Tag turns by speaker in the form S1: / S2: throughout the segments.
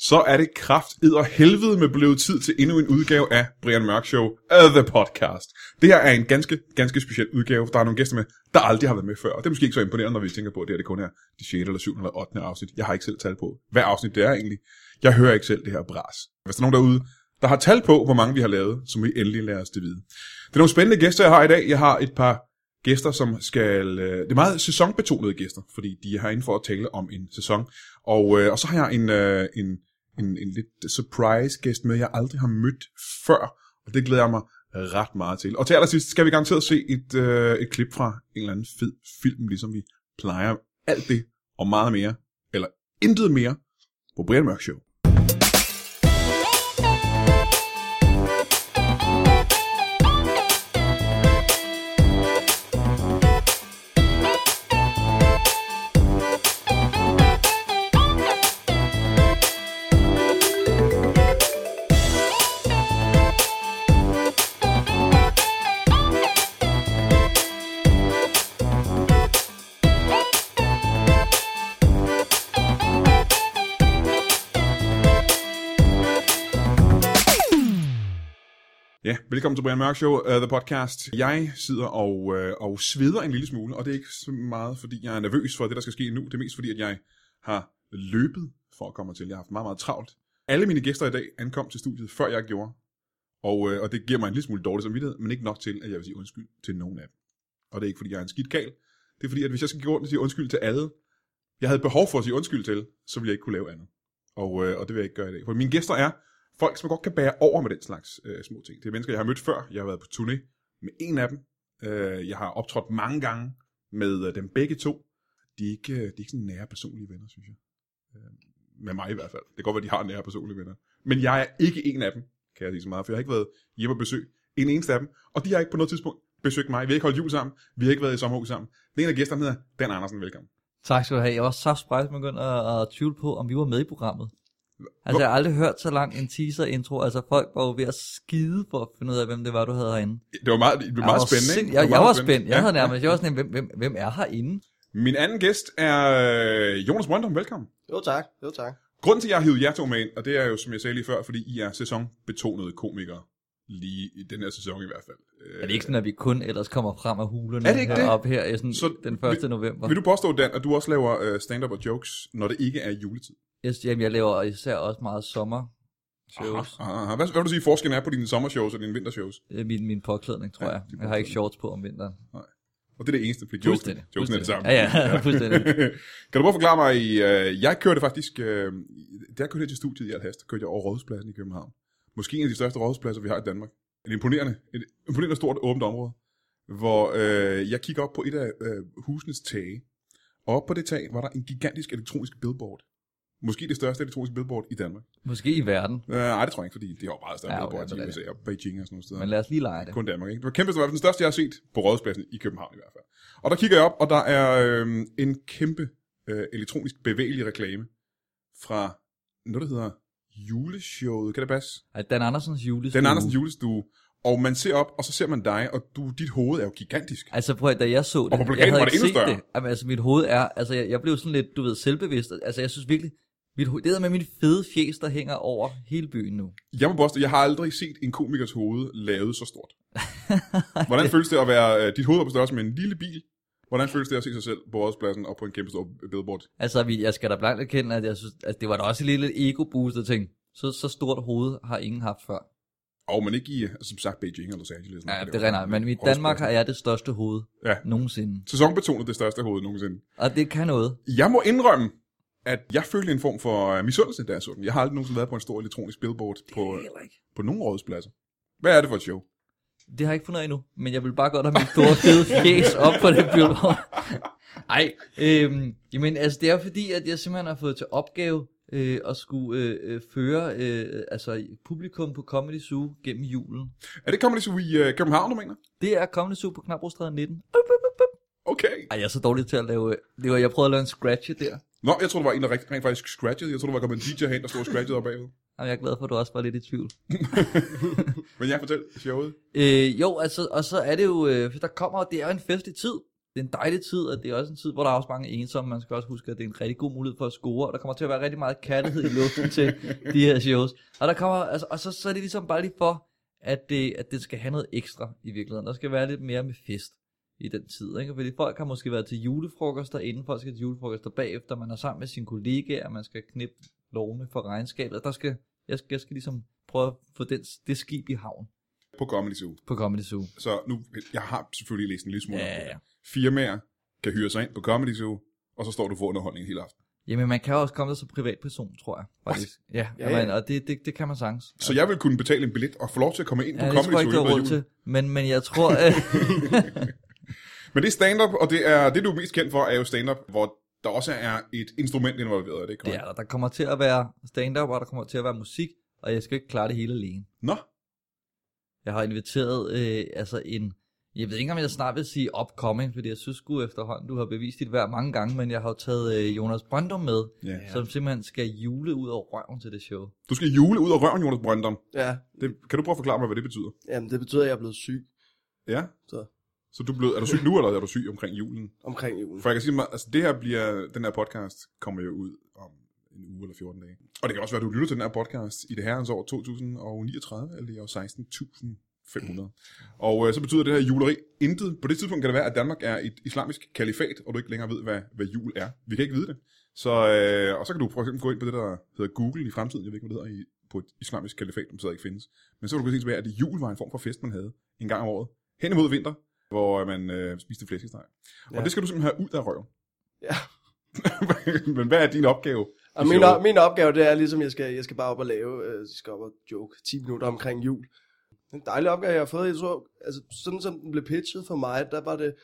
S1: så er det kraft og helvede med blevet tid til endnu en udgave af Brian Mørk Show, uh, The Podcast. Det her er en ganske, ganske speciel udgave. Der er nogle gæster med, der aldrig har været med før, og det er måske ikke så imponerende, når vi tænker på, at det her det kun er det 6. eller 7. eller 8. afsnit. Jeg har ikke selv tal på, hvad afsnit det er egentlig. Jeg hører ikke selv det her bras. Hvis der er nogen derude, der har tal på, hvor mange vi har lavet, så må I endelig lade os det vide. Det er nogle spændende gæster, jeg har i dag. Jeg har et par gæster, som skal... Øh, det er meget sæsonbetonede gæster, fordi de er herinde for at tale om en sæson. Og, øh, og så har jeg en, øh, en, en, en lidt surprise gæst med, jeg aldrig har mødt før, og det glæder jeg mig ret meget til. Og til allersidst skal vi garanteret se et, øh, et klip fra en eller anden fed film, ligesom vi plejer. Alt det og meget mere, eller intet mere, på Brian Mørk Show. Ja, velkommen til Brian Mørk Show, uh, The Podcast. Jeg sidder og, uh, og sveder en lille smule, og det er ikke så meget, fordi jeg er nervøs for det, der skal ske nu. Det er mest fordi, at jeg har løbet for at komme til. Jeg har haft meget, meget travlt. Alle mine gæster i dag ankom til studiet, før jeg gjorde. Og, uh, og det giver mig en lille smule dårlig samvittighed, men ikke nok til, at jeg vil sige undskyld til nogen af dem. Og det er ikke, fordi jeg er en skidt kal. Det er fordi, at hvis jeg skal gå rundt og sige undskyld til alle, jeg havde behov for at sige undskyld til, så ville jeg ikke kunne lave andet. Og, øh, og det vil jeg ikke gøre i dag. For mine gæster er folk, som jeg godt kan bære over med den slags øh, små ting. Det er mennesker, jeg har mødt før. Jeg har været på turné med en af dem. Øh, jeg har optrådt mange gange med øh, dem begge to. De er, ikke, øh, de er ikke sådan nære personlige venner, synes jeg. Øh, med mig i hvert fald. Det kan godt være, de har nære personlige venner. Men jeg er ikke en af dem, kan jeg sige så meget, for jeg har ikke været hjemme og besøg en eneste af dem. Og de har ikke på noget tidspunkt besøgt mig. Vi har ikke holdt jul sammen. Vi har ikke været i sommerhus sammen. Den ene af gæsterne hedder Dan Andersen. Velkommen.
S2: Tak skal du have. Jeg var så sprægt begyndt at, at tvivle på, om vi var med i programmet. Altså, jeg har aldrig hørt så lang en teaser-intro. Altså, folk var jo ved at skide for at finde ud af, hvem det var, du havde herinde.
S1: Det var meget, det blev meget
S2: jeg
S1: spændende, ikke?
S2: Sind... Jeg,
S1: Det
S2: jeg var
S1: meget
S2: spændt. Jeg havde
S1: Ja, ja.
S2: nærmest, jeg var sådan, en, hvem, hvem, hvem er herinde?
S1: Min anden gæst er øh, Jonas Brøndum, velkommen.
S3: Jo tak, jo tak.
S1: Grunden til, at jeg har hivet jer to med ind, og det er jo, som jeg sagde lige før, fordi I er sæsonbetonede komikere. Lige i den her sæson i hvert fald. Øh,
S2: Er det ikke sådan, at vi kun ellers kommer frem af hulerne
S1: Er det ikke det?
S2: op her i sådan,
S1: Så
S2: så, den 1. november?
S1: Vil du påstå, Dan, at du også laver øh, stand-up og jokes, når det ikke er juletid?
S2: Jeg, jamen, jeg laver især også meget sommer shows.
S1: Aha, aha. Hvad, hvad vil du sige, forskellen er på dine sommershows og dine vintershows?
S2: Min, min påklædning, tror
S1: Ja,
S2: jeg.
S1: din
S2: Jeg har ikke shorts på om vinteren.
S1: Og det er det eneste, fordi jokes,
S2: Fuldstændig,
S1: jokes er det samme.
S2: fuldstændig. Ja, ja, fuldstændig.
S1: kan du prøve at forklare mig, øh, jeg kørte faktisk, øh, da jeg kørte her til studiet i Alhast, kørte jeg over Rådhuspladsen i København. Måske en af de største rådhuspladser, vi har i Danmark. En imponerende, et imponerende stort åbent område, hvor øh, jeg kigger op på et af øh, husenes tage, og oppe på det tag var der en gigantisk elektronisk billboard. Måske det største elektroniske billboard i Danmark.
S2: Måske i verden,
S1: Øh, nej, det tror jeg ikke, fordi det har jo meget større
S2: Ja,
S1: ja,
S2: okay,
S1: billboard altså,
S2: men
S1: i
S2: det
S1: USA
S2: er
S1: og Beijing og sådan nogle steder.
S2: men lad os lige lege det.
S1: Kun Danmark, ikke? Det var kæmpe, det var den største, jeg har set på Rådhuspladsen i København i hvert fald. Og der kigger jeg op, og der er øh, en kæmpe øh, elektronisk bevægelig reklame fra noget, der hedder juleshowet, kan det passe?
S2: Ej, Dan Andersens julestue.
S1: Den Andersen julestue. Og man ser op, og så ser man dig, og du, dit hoved er jo gigantisk.
S2: Altså prøv at da jeg så det,
S1: på plakaten
S2: jeg
S1: var
S2: havde
S1: det endnu
S2: ikke set
S1: større.
S2: det. Jamen, altså mit hoved er, altså jeg, jeg blev sådan lidt, du ved, selvbevidst. Altså jeg synes virkelig, mit hoved, det er med min fede fjes, der hænger over hele byen nu.
S1: Jeg må påstå, jeg har aldrig set en komikers hoved lavet så stort. Hvordan føles det at være, øh, dit hoved er på størrelse med en lille bil? Hvordan føles det at se sig selv på Rådhuspladsen og på en kæmpe stor billboard?
S2: Altså vi- jeg skal da blankt erkende, at jeg synes, at det var da også lidt et ego-boost at tænke. Så, så stort hoved har ingen haft før.
S1: Og man ikke i, øh, som sagt, Beijing eller Los Angeles.
S2: Ja, det
S1: var-
S2: er rent, men i Danmark har jeg det største hoved
S1: Ja.
S2: nogensinde.
S1: sæsonbetonet det største hoved nogensinde.
S2: Og det kan noget.
S1: Jeg må indrømme, at jeg følte en form for øh, misundelse, da jeg så den. Jeg har aldrig nogensinde været på en stor elektronisk billboard på,
S2: Heller ikke.
S1: på nogen rådspladser. Hvad er det for et show?
S2: Det har jeg ikke fundet ud af endnu, men jeg vil bare godt have min store fede fjes op på det billboard. Ej, øhm, jamen altså det er fordi, at jeg simpelthen har fået til opgave øh, at skulle øh, øh, føre øh, altså, publikum på Comedy Zoo gennem julen.
S1: Er det Comedy Zoo i øh, København, du mener?
S2: Det er Comedy Zoo på Knabrostræde 19.
S1: Okay.
S2: Ej, jeg er så dårlig til at lave, øh, det var, jeg prøvede at lave en scratch der.
S1: Nå, jeg tror der var en, der rent, rent faktisk scratchede. Jeg tror der var kommet en DJ hen, der stod og scratchede op bagved.
S2: Jamen, jeg er glad for, at du også var lidt i tvivl.
S1: Men jeg fortæl showet.
S2: Øh, jo, altså, og så er det jo, øh, for der kommer, det er jo en festlig tid. det er en dejlig tid, og det er også en tid, hvor der er også mange ensomme. Man skal også huske, at det er en rigtig god mulighed for at score, og der kommer til at være rigtig meget kærlighed i luften til de her shows. Og, der kommer, altså, og så, så er det ligesom bare lige for, at det, at det skal have noget ekstra i virkeligheden. Der skal være lidt mere med fest i den tid. Ikke? Fordi folk har måske været til julefrokoster inden, folk skal til julefrokoster bagefter, man er sammen med sine kollegaer, man skal knippe lovene for regnskabet. Der skal, jeg, skal, jeg skal ligesom prøve at få den, det skib i havn
S1: på Comedy Zoo.
S2: på Comedy Zoo.
S1: Så nu, jeg har selvfølgelig læst en lille smule
S2: Ja,
S1: om det
S2: ja,
S1: her.
S2: ja.
S1: Firmaer kan hyre sig ind på Comedy Zoo, og så står du for underholdning hele aften.
S2: Jamen, man kan jo også komme der som privatperson, tror jeg. Faktisk. Ja,
S1: Ja,
S2: ja,
S1: ja.
S2: ja. Man, og det, det, det kan man sagtens.
S1: Så jeg vil kunne betale en billet og få lov til at komme ind på
S2: ja, det
S1: Comedy
S2: tror jeg ikke,
S1: Zoo
S2: du
S1: i løbet
S2: har
S1: af
S2: råd
S1: julen.
S2: til. Men, men jeg tror... Øh,
S1: Men det er stand-up, og det, er, det du er mest kendt for, er jo stand-up, hvor der også er et instrument involveret, er det ikke
S2: det
S1: korrekt?
S2: er der. Der kommer til at være stand-up, og der kommer til at være musik, og jeg skal ikke klare det hele alene.
S1: Nå,
S2: Jeg har inviteret øh, altså en... Jeg ved ikke, om jeg snart vil sige upcoming, fordi jeg synes sgu efterhånden, du har bevist dit værd mange gange, men jeg har jo taget øh, Jonas Brøndum med,
S1: ja.
S2: ja. som simpelthen skal jule ud over røven til det show.
S1: Du skal jule ud af røven, Jonas Brøndum.
S3: Ja,
S1: Det, kan du prøve at forklare mig, hvad det betyder?
S3: jamen det betyder, at jeg er blevet syg
S1: Ja?
S3: Så.
S1: Så du blev, er du syg nu, eller er du syg omkring julen?
S3: omkring julen.
S1: For jeg kan sige mig, altså det her bliver, den her podcast kommer jo ud om en uge eller 14 dage. Og det kan også være, at du lytter til den her podcast i det herrens år 2039, eller i år 16.500. Og øh, så betyder det her juleri intet. På det tidspunkt kan det være, at Danmark er et islamisk kalifat, og du ikke længere ved, hvad, hvad jul er. Vi kan ikke vide det. Så, øh, og så kan du for eksempel gå ind på det, der hedder Google i fremtiden. Jeg ved ikke, hvad det hedder i, på et islamisk kalifat, som stadig ikke findes. Men så vil du kunne se tilbage, at jul var en form for fest, man havde en gang om året. Hen imod vinter, hvor man øh, spiste flæskesteg. Ja. Og
S3: Ja.
S1: det skal du simpelthen have ud af røven.
S3: Ja.
S1: Men hvad er din opgave?
S3: Og min, op, min opgave, det er ligesom, jeg skal, jeg skal bare op og lave, øh, jeg skal op og joke 10 minutter omkring jul. Det er En dejlig opgave, jeg har fået. Jeg tror, altså, sådan som den blev pitchet for mig, der var det...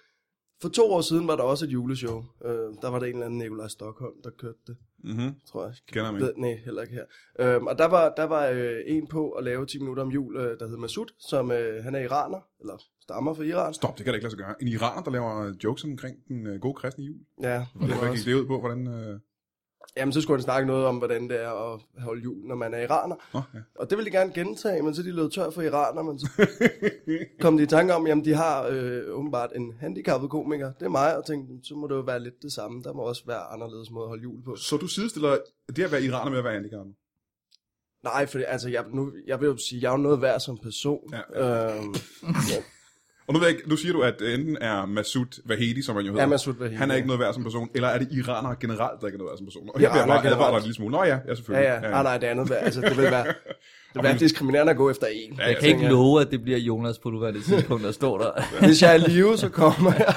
S3: For to år siden var der også et juleshow. Øh, der var der en eller anden Nikolaj Stockholm, der kørte det,
S1: Mm-hmm.
S3: tror jeg.
S1: Kender mig.
S3: Ved, nej, heller ikke her. Øhm, og der var, der var øh, en på at lave 10 minutter om jul, øh, der hed Masud, som øh, han er iraner, eller stammer fra Iran.
S1: Stop, det kan da ikke lade sig gøre. En iraner, der laver jokes omkring den øh, gode kristne jul.
S3: Ja, det var
S1: Hvad
S3: også-
S1: gik det ud på? Hvordan, øh...
S3: Jamen, så skulle han snakke noget om, hvordan det er at holde jul, når man er iraner.
S1: Nå, ja.
S3: Og det ville de gerne gentage, men så er de lød tør for iraner, men så kom de i tanke om, jamen de har øh, åbenbart en handicappet komiker, det er mig, og tænkte, så må det jo være lidt det samme, der må også være anderledes måde at holde jul på.
S1: Så du sidestiller det at være iraner med at være handicappet?
S3: Nej, for altså, jeg, nu, jeg vil jo sige, jeg er jo noget værd som person.
S1: Ja,
S3: Øhm,
S1: Og nu, ved jeg ikke, nu siger du, at øh, enten er Masud Vahedi, som han jo hedder.
S3: Ja, Masud Vahedi,
S1: Han er ikke
S3: ja.
S1: noget værd som person. Eller er det iranere generelt, der ikke er noget værd som person? Og her bliver jeg
S3: Iranere
S1: bare advaret
S3: generelt.
S1: dig en lille smule. Nå ja, ja
S3: ja,
S1: selvfølgelig.
S3: ja. Nej, nej, det andet, værd. altså, det vil være, det vil være diskriminerende at gå efter en.
S1: Ja,
S2: Jeg kan ikke love, at det bliver Jonas på nuværende tidspunkt, der står der.
S3: Hvis jeg er i live, så kommer jeg.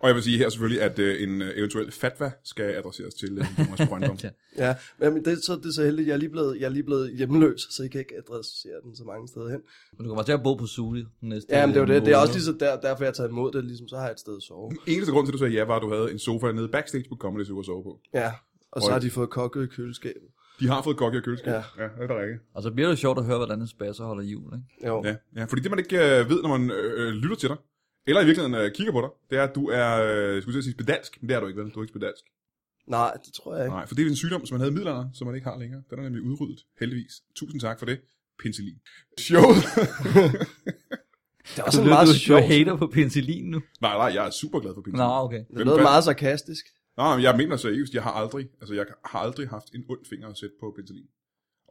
S1: Og jeg vil sige her selvfølgelig, at øh, en øh, eventuel fatwa skal adresseres til øh, Jonas Brøndum.
S2: Ja.
S3: Ja, men det, er så, det er så heldigt, jeg er lige blevet, jeg er lige blevet hjemløs, så jeg kan ikke adressere den så mange steder hen.
S2: Men du kommer til at bo på Zulu næste
S3: Ja, men det er jo det. Det er
S2: måned.
S3: også lige så der, derfor, jeg har taget imod det, ligesom, så har jeg et sted at sove.
S1: Den eneste grund til, at du sagde ja, var, at du havde en sofa nede backstage på Comedy Zoo at sove på.
S3: Ja, og så har de fået kokket i køleskabet.
S1: De har fået kokke og køleskab.
S3: Ja.
S1: ja det er der rigtigt.
S2: Og så bliver det jo sjovt at høre, hvordan en spasser holder jul, ikke?
S3: Jo. Ja.
S1: Ja, ja, fordi det man ikke øh, ved, når man øh, øh, lytter til dig, eller i virkeligheden øh, kigger på dig, det er, at du er, øh, jeg skulle til at sige spedalsk, men det er du ikke, vel? Du er ikke spedalsk.
S3: Nej, det tror jeg ikke.
S1: Nej, for det er en sygdom, som man havde i middelalderen, som man ikke har længere. Den er nemlig udryddet, heldigvis. Tusind tak for det. Penicillin. Showet.
S3: Det er også
S2: du,
S3: en meget
S2: du,
S3: sjov.
S2: Du er hater på penicillin nu.
S1: nej, nej, jeg er super glad for
S2: Nå,
S1: penicillin.
S2: okay.
S3: Det lød
S1: Hvem-
S3: meget sarkastisk.
S1: Nej, men jeg mener seriøst, jeg har aldrig, altså jeg har aldrig haft en ond finger at sætte på penicillin.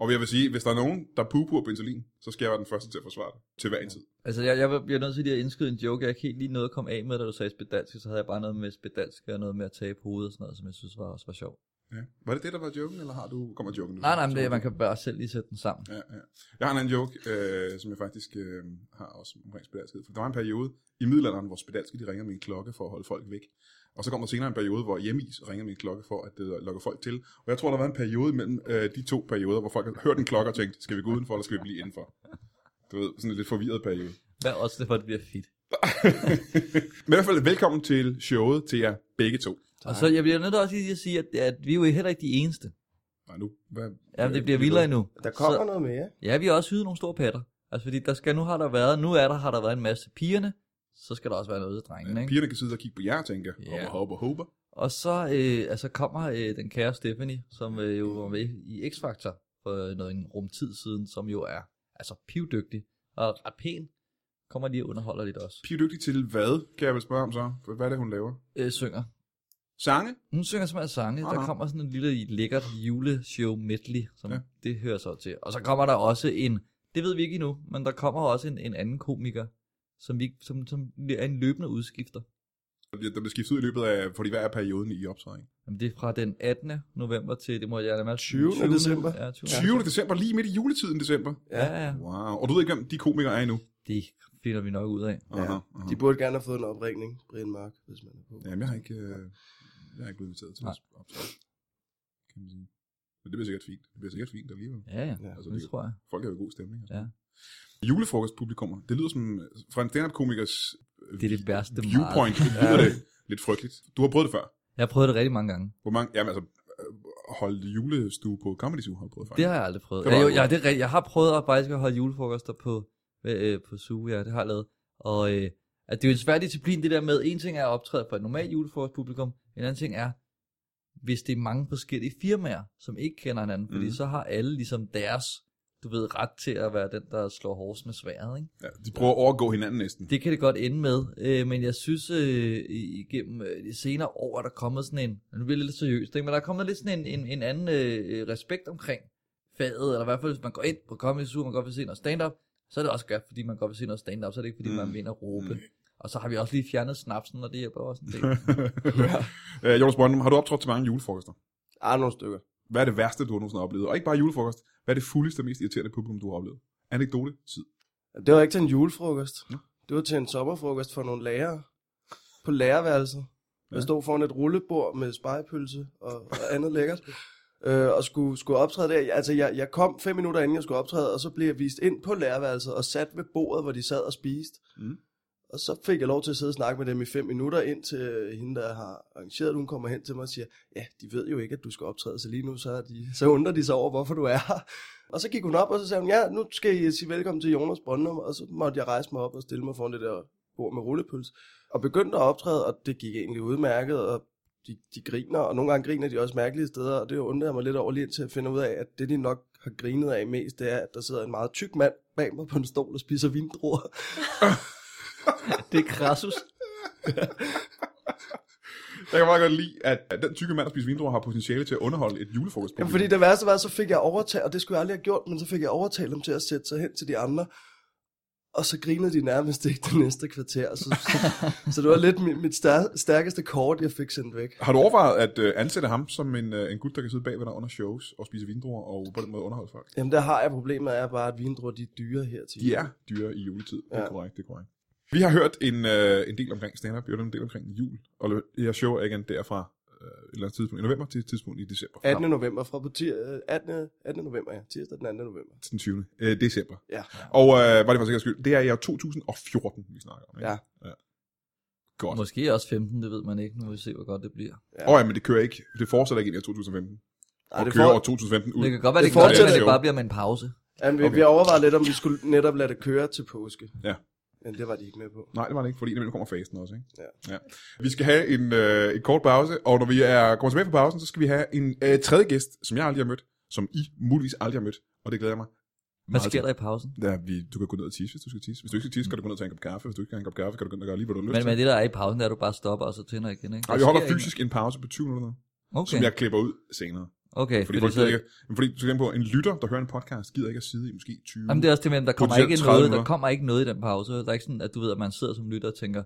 S1: Og jeg vil sige, hvis der er nogen, der pupurer penicillin, så skal jeg være den første til at forsvare det. Til hver en tid.
S2: Altså, jeg, jeg bliver nødt til lige at indskyde en joke. Jeg ikke helt lige noget at komme af med, da du sagde spedalsk, så havde jeg bare noget med spedalsk og noget med at tage på hovedet og sådan noget, som jeg synes var, også var sjovt.
S1: Ja. Var det det, der var joken, eller har du kommet joken nu?
S2: Nej, nej, men det, man kan bare selv lige sætte den sammen.
S1: Ja, ja. Jeg har en anden joke, øh, som jeg faktisk øh, har også omkring spedalskhed. For der var en periode i middelalderen, hvor spedalske de ringede med en klokke for at holde folk væk. Og så kom der senere en periode, hvor hjemmeis ringede med en klokke for at øh, lokke folk til. Og jeg tror, der var en periode mellem øh, de to perioder, hvor folk hørte en klokke og tænkte, skal vi gå udenfor, eller skal vi blive indenfor? Du ved, sådan en lidt forvirret periode.
S2: Hvad også det, for det bliver fedt.
S1: Men i hvert fald velkommen til showet til jer begge to.
S2: Og så jeg bliver nødt til også lige at sige, at, at vi er jo heller ikke de eneste.
S1: Nej, nu. Hvad,
S2: Ja, det bliver vildere endnu.
S3: Der kommer
S2: Så-
S3: noget mere.
S2: Ja, vi har også hyret nogle store patter. Altså, fordi der skal, nu har der været, nu er der, har der været en masse pigerne, så skal der også være noget til drengene, ikke?
S1: Pigerne kan sidde og kigge på jer og tænke,
S2: Ja.
S1: yeah. og håber, håber.
S2: Og så øh, altså kommer øh, den kære Stephanie, som øh, jo var med i X-Factor for noget en rumtid siden, som jo er altså pivdygtig og ret pæn, kommer lige og underholder lidt også.
S1: Pige er dygtig til hvad, kan jeg vel spørge om så? Hvad er det, hun laver?
S2: Øh, synger.
S1: Sange?
S2: Hun synger simpelthen sange.
S1: Aha.
S2: Der kommer sådan en lille lækkert juleshow medley, som
S1: Ja.
S2: ja. det hører så til. Og så kommer der også en, det ved vi ikke endnu, men der kommer også en, en anden komiker, som, vi, som, som er en løbende udskifter.
S1: Der bliver- der bliver skiftet ud i løbet af, fordi hver perioden i optræden. ikke?
S2: Jamen, det er fra den 18. november til, det må jeg lade mig
S3: 20. december.
S2: Ja, 20.
S1: 20. december, lige midt i juletiden december.
S2: Ja, ja, ja.
S1: Wow. Og du ved ikke, hvem de komikere er endnu?
S2: Det finder vi nok ud af.
S1: Aha,
S3: Ja.
S1: aha.
S3: De burde gerne have fået en opringning, Brian Mørk, hvis man er på.
S1: Jamen, jeg har ikke, øh, jeg har ikke blevet inviteret til
S2: Nej.
S1: at optræde, kan man sige. Men det bliver sikkert fint. Det bliver sikkert fint alligevel.
S2: Ja, ja.
S3: Ja.
S1: Altså,
S2: Det
S1: det,
S2: tror jeg.
S1: folk har jo god stemning. Altså.
S2: Ja.
S1: Julefrokostpublikummer. Det lyder som, øh, fra en stand-up-komikers øh,
S2: Det er det værste
S1: viewpoint, det lyder det lidt frygteligt. Du har prøvet det før.
S2: Jeg har prøvet det rigtig mange gange.
S1: Hvor mange, jamen altså, øh, holde julestue på Comedy Zoo har du prøvet før.
S2: Det har jeg aldrig prøvet.
S1: Det var
S2: Ja, jo,
S1: godt.
S2: ja, det er rigtigt. Jeg har prøvet at faktisk at holde julefrokoster på, øh, øh, på Zoo, ja, det har jeg lavet. Og øh, at det er jo en svær disciplin, det der med, en ting er at optræde for et normalt julefrokostpublikum, en anden ting er, hvis det er mange forskellige firmaer, som ikke kender hinanden, fordi
S1: Mhm.
S2: så har alle ligesom deres, du ved, ret til at være den, der slår hårdt med sværet, ikke?
S1: Ja, de prøver at overgå hinanden næsten.
S2: Det kan det godt ende med, øh, men jeg synes øh, i- igennem øh, de senere år, er der kommet sådan en, nu bliver det lidt seriøst, ikke? men der er kommet lidt sådan en, en, en anden øh, øh, respekt omkring faget, eller i hvert fald hvis man går ind på Comedy Zoo, man godt vil se noget stand-up, så er det også godt, fordi man godt vil se noget stand-up, så er det ikke fordi
S1: Mm.
S2: mm. man vinder råbe.
S1: Mm.
S2: Mm. Og så har vi også lige fjernet snapsen, og det hjælper også en del.
S1: øh, Jonas Brøndum, har du optrådt til mange julefrokoster?
S3: Ah, nogle stykker.
S1: Hvad er det værste, du har nogensinde oplevet? Og ikke bare julefrokost. Hvad er det fuldeste og mest irriterende publikum, du har oplevet? Anekdote, tid.
S3: Det var ikke til en julefrokost.
S1: Nå.
S3: Det var til en sommerfrokost for nogle lærere. På lærerværelset. Jeg
S1: Ja.
S3: stod foran et rullebord med spejepølse og, og andet lækkert. Øh, og skulle, skulle optræde der. Altså, jeg, jeg kom fem minutter inden jeg skulle optræde, og så blev jeg vist ind på lærerværelset og sat ved bordet, hvor de sad og spiste.
S1: Mm.
S3: Og så fik jeg lov til at sidde og snakke med dem i fem minutter, indtil hende, der har arrangeret, det, hun kommer hen til mig og siger, ja, de ved jo ikke, at du skal optræde, så lige nu så, er de, så undrer de sig over, hvorfor du er her. Og så gik hun op, og så sagde hun, ja, nu skal I sige velkommen til Jonas Brøndum, og så måtte jeg rejse mig op og stille mig foran det der bord med rullepøls, og begyndte at optræde, og det gik egentlig udmærket, og de, de griner, og nogle gange griner de også mærkelige steder, og det undrer jeg mig lidt over lige til at finde ud af, at det de nok har grinet af mest, det er, at der sidder en meget tyk mand bag mig på en stol og spiser vindruer.
S2: det er krassus.
S1: Jeg kan meget godt lide, at den tykke mand, der spiser vindruer, har potentiale til at underholde et julefrokost.
S3: Jamen, fordi det værste var, så fik jeg overtalt, og det skulle jeg aldrig have gjort, men så fik jeg overtalt dem til at sætte sig hen til de andre, og så grinede de nærmest ikke det næste kvarter. Så, så, så det var lidt mit, mit stær- stærkeste kort, jeg fik sendt væk.
S1: Har du overvejet at øh, ansætte ham som en, øh, en gut, der kan sidde bagved dig under shows og spise vindruer og på den måde underholde folk?
S3: Jamen, der har jeg problemet, er bare, at vindruer, de er dyre her til.
S1: De er dyre i juletid. Det er ja.
S3: Ja.
S1: korrekt, det er korrekt. Vi har hørt en, øh, en del omkring stand-up, vi har hørt en del omkring jul, og det her show er igen derfra øh, et eller andet tidspunkt i november til et tidspunkt i december.
S3: 18. november fra på tir- øh, 18. 18. november, ja. Tirsdag den 2. november.
S1: til den 20. Øh, december.
S3: Ja.
S1: Og øh, var det for sikkert skyld, det er i år 2014, vi snakker om. Ikke?
S3: Ja.
S1: ja. Godt. Åh
S2: Måske også 15, det ved man ikke. Nu må vi se, hvor godt det bliver.
S1: ja. Oh, ja, men det kører ikke. Det fortsætter ikke ind i 2015.
S3: Ej,
S1: og
S3: det
S1: kører
S3: får-
S1: over 2015 ud.
S2: Det kan godt være, det, det
S3: Det
S2: kan godt være,
S1: fortsætter
S2: at
S1: jo.
S2: det bare bliver med en pause.
S3: Jamen, vi,
S1: Okay.
S3: okay. vi overvejede lidt, om vi skulle netop lade det køre til påske.
S1: Ja.
S3: Men det var de ikke med på.
S1: Nej, det var det ikke, fordi der kommer fasten også. Ikke?
S3: Ja.
S1: ja. Vi skal have en, øh, en kort pause, og når vi er kommer tilbage fra pausen, så skal vi have en øh, tredje gæst, som jeg aldrig har mødt, som I muligvis aldrig har mødt, og det glæder jeg mig.
S2: Hvad
S1: meget
S2: sker
S1: til.
S2: der i pausen?
S1: Ja, vi, du kan gå ned og tisse, hvis du skal tisse. Hvis du ikke skal tisse, kan du gå ned og tage en kop kaffe. Hvis du ikke kan have en kop kaffe, kan du gå ned og gøre lige, hvad du har lyst
S2: Men,
S1: til.
S2: men det, der er i pausen, der er at du bare stopper, og så tænder igen, ikke?
S1: Nej,
S2: Der
S1: vi holder
S2: sker ikke
S1: fysisk en pause på 20 minutter,
S2: noget.
S1: okay. som jeg klipper ud senere. Fordi,
S2: Okay, fordi,
S1: folk
S2: fordi
S1: gider
S2: så,
S1: ikke, men fordi du skal tænke på, en lytter, der hører en podcast, gider ikke at sidde i måske 20.
S2: jamen det er også det med, at der kommer
S1: Potentielt
S2: ikke
S1: 30
S2: noget,
S1: minutter.
S2: der kommer ikke noget i den pause. Der er ikke sådan, at du ved, at man sidder som lytter og tænker,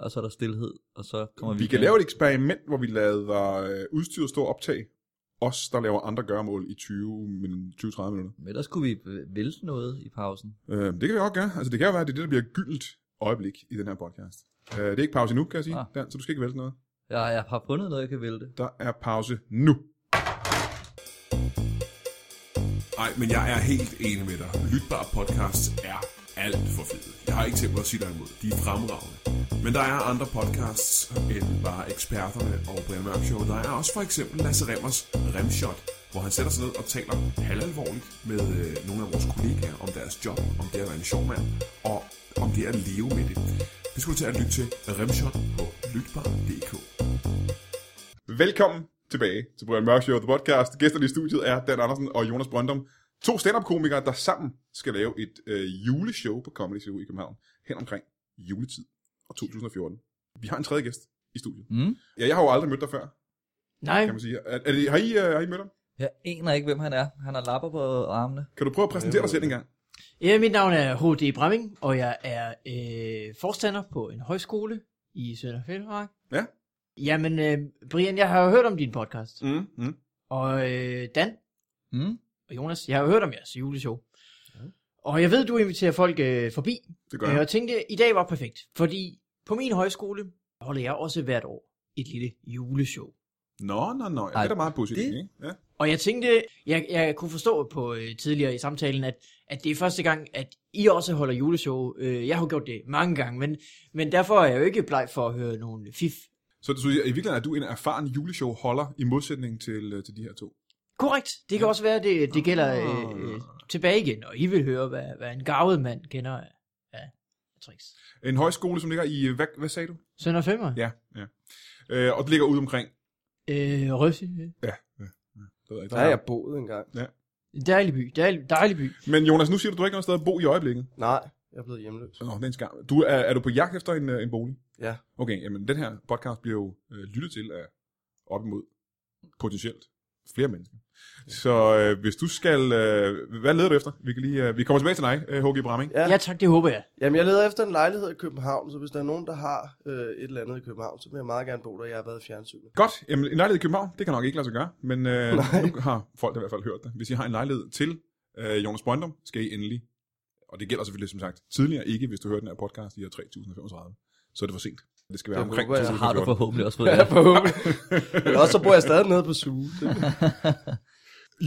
S2: og så er der stillhed, og så kommer vi.
S1: vi kan lave et eksperiment, hvor vi lader øh, udstyret stå og optage. Os, der laver andre gøremål i 20 min- 20-30 minutter.
S2: Men ellers kunne vi øh, vælte noget i pausen.
S1: Øh, det kan vi godt gøre. Altså, det kan jo være, at det er det, der bliver gyldent øjeblik i den her podcast. Øh, det er ikke pause nu, kan jeg sige, ah.
S2: Ah.
S1: Dan, så du skal ikke vælte noget.
S2: Ja, jeg har fundet noget, jeg kan vælte.
S1: Der er pause nu.
S4: Nej, men jeg er helt enig med dig. Lytbare podcasts er alt for fede. Jeg har ikke tænkt mig at sige dig imod. De er fremragende. Men der er andre podcasts end bare eksperterne og Brian Mørk Show. Der er også for eksempel Lasse Remmers Remshot, hvor han sætter sig ned og taler halvalvorligt med øh, nogle af vores kollegaer om deres job, om det at være en sjov mand, og om det at leve med det. Det skulle du tage at lytte til Remshot på lytbar.dk.
S1: Velkommen tilbage til Brian Mørk Show, The Podcast. Gæsterne i studiet er Dan Andersen og Jonas Brøndum. To stand-up-komikere, der sammen skal lave et øh, juleshow på Comedy Zoo i København hen omkring juletid og 2014. Vi har en tredje gæst i studiet.
S2: Mm.
S1: Ja, jeg har jo aldrig mødt dig før,
S5: Nej,
S1: kan man sige. Er, er det, har, I, øh, har I mødt ham?
S2: Jeg aner ikke, hvem han er. Han har lapper på armene.
S1: Kan du prøve at præsentere dig selv en gang?
S5: ja, mit navn er H.D. Bramming, og jeg er øh, forstander på en højskole i Sønderfældemark.
S1: Ja.
S5: Jamen, øh, Brian, jeg har jo hørt om din podcast.
S1: Mm, mm.
S5: Og øh, Dan
S2: Mm.
S5: og Jonas, jeg har jo hørt om jeres juleshow. Og jeg ved, du inviterer folk øh, forbi,
S1: Det gør
S5: og
S1: jeg.
S5: jeg tænkte, i dag var perfekt, fordi på min højskole holder jeg også hvert år et lille juleshow.
S1: Nå, nå, nå. Ja, det er da meget positivt,
S2: det-
S1: ikke? Ja.
S5: Og jeg tænkte, jeg, jeg kunne forstå på øh, tidligere i samtalen, at, at det er første gang, at I også holder juleshow. Øh, jeg har gjort det mange gange, men, men derfor er jeg jo ikke bleg for at høre nogen fif.
S1: Så, så i virkeligheden er du en erfaren juleshow-holder i modsætning til, øh, til de her to.
S5: Korrekt, det kan også være, det, det gælder
S1: Ah.
S5: øh, øh, tilbage igen, og I vil høre, hvad, hvad en gavet mand kender af, af tricks.
S1: En højskole, som ligger i... øh, Hvad, hvad sagde du?
S5: Sønder Femmer?
S1: Ja, ja. Øh, og det ligger ude omkring...
S5: Øh, Røsø.
S1: Det ved jeg ikke,
S3: Der har jeg boet engang.
S5: En dejlig by, dejlig, dejlig by.
S1: Men Jonas, nu siger du, du har ikke noget sted at bo i øjeblikket.
S3: Nej, jeg er blevet hjemløs.
S1: Nå, det er en skam. Du, er, er du på jagt efter en, øh, en bolig?
S3: Ja.
S1: Okay, jamen den her podcast bliver jo øh, lyttet til af op imod potentielt flere mennesker. Så øh, hvis du skal... Øh, hvad leder du efter? Vi, kan lige, øh, vi kommer tilbage til dig, øh, H.G. Bramming.
S5: Ja.
S3: Ja.
S5: ja tak, det håber jeg.
S3: Jamen, jeg leder efter en lejlighed i København, så hvis der er nogen, der har øh, et eller andet i København, så vil jeg meget gerne bo der. Jeg har været i fjernsynet.
S1: Godt, jamen en lejlighed i København, det kan nok ikke lade sig gøre, men øh, nu har folk i hvert fald hørt det. Hvis I har en lejlighed til øh, Jonas Brøndum, skal I endelig, og det gælder selvfølgelig som sagt tidligere ikke, hvis du hører den her podcast i år 3035, så er det for sent. Det skal være
S3: Det
S1: omkring
S3: håber jeg.
S2: Så har du
S1: 2014.
S2: forhåbentlig også fået
S3: Ja,
S2: det.
S3: forhåbentlig. Men også så bor jeg stadig nede på suge.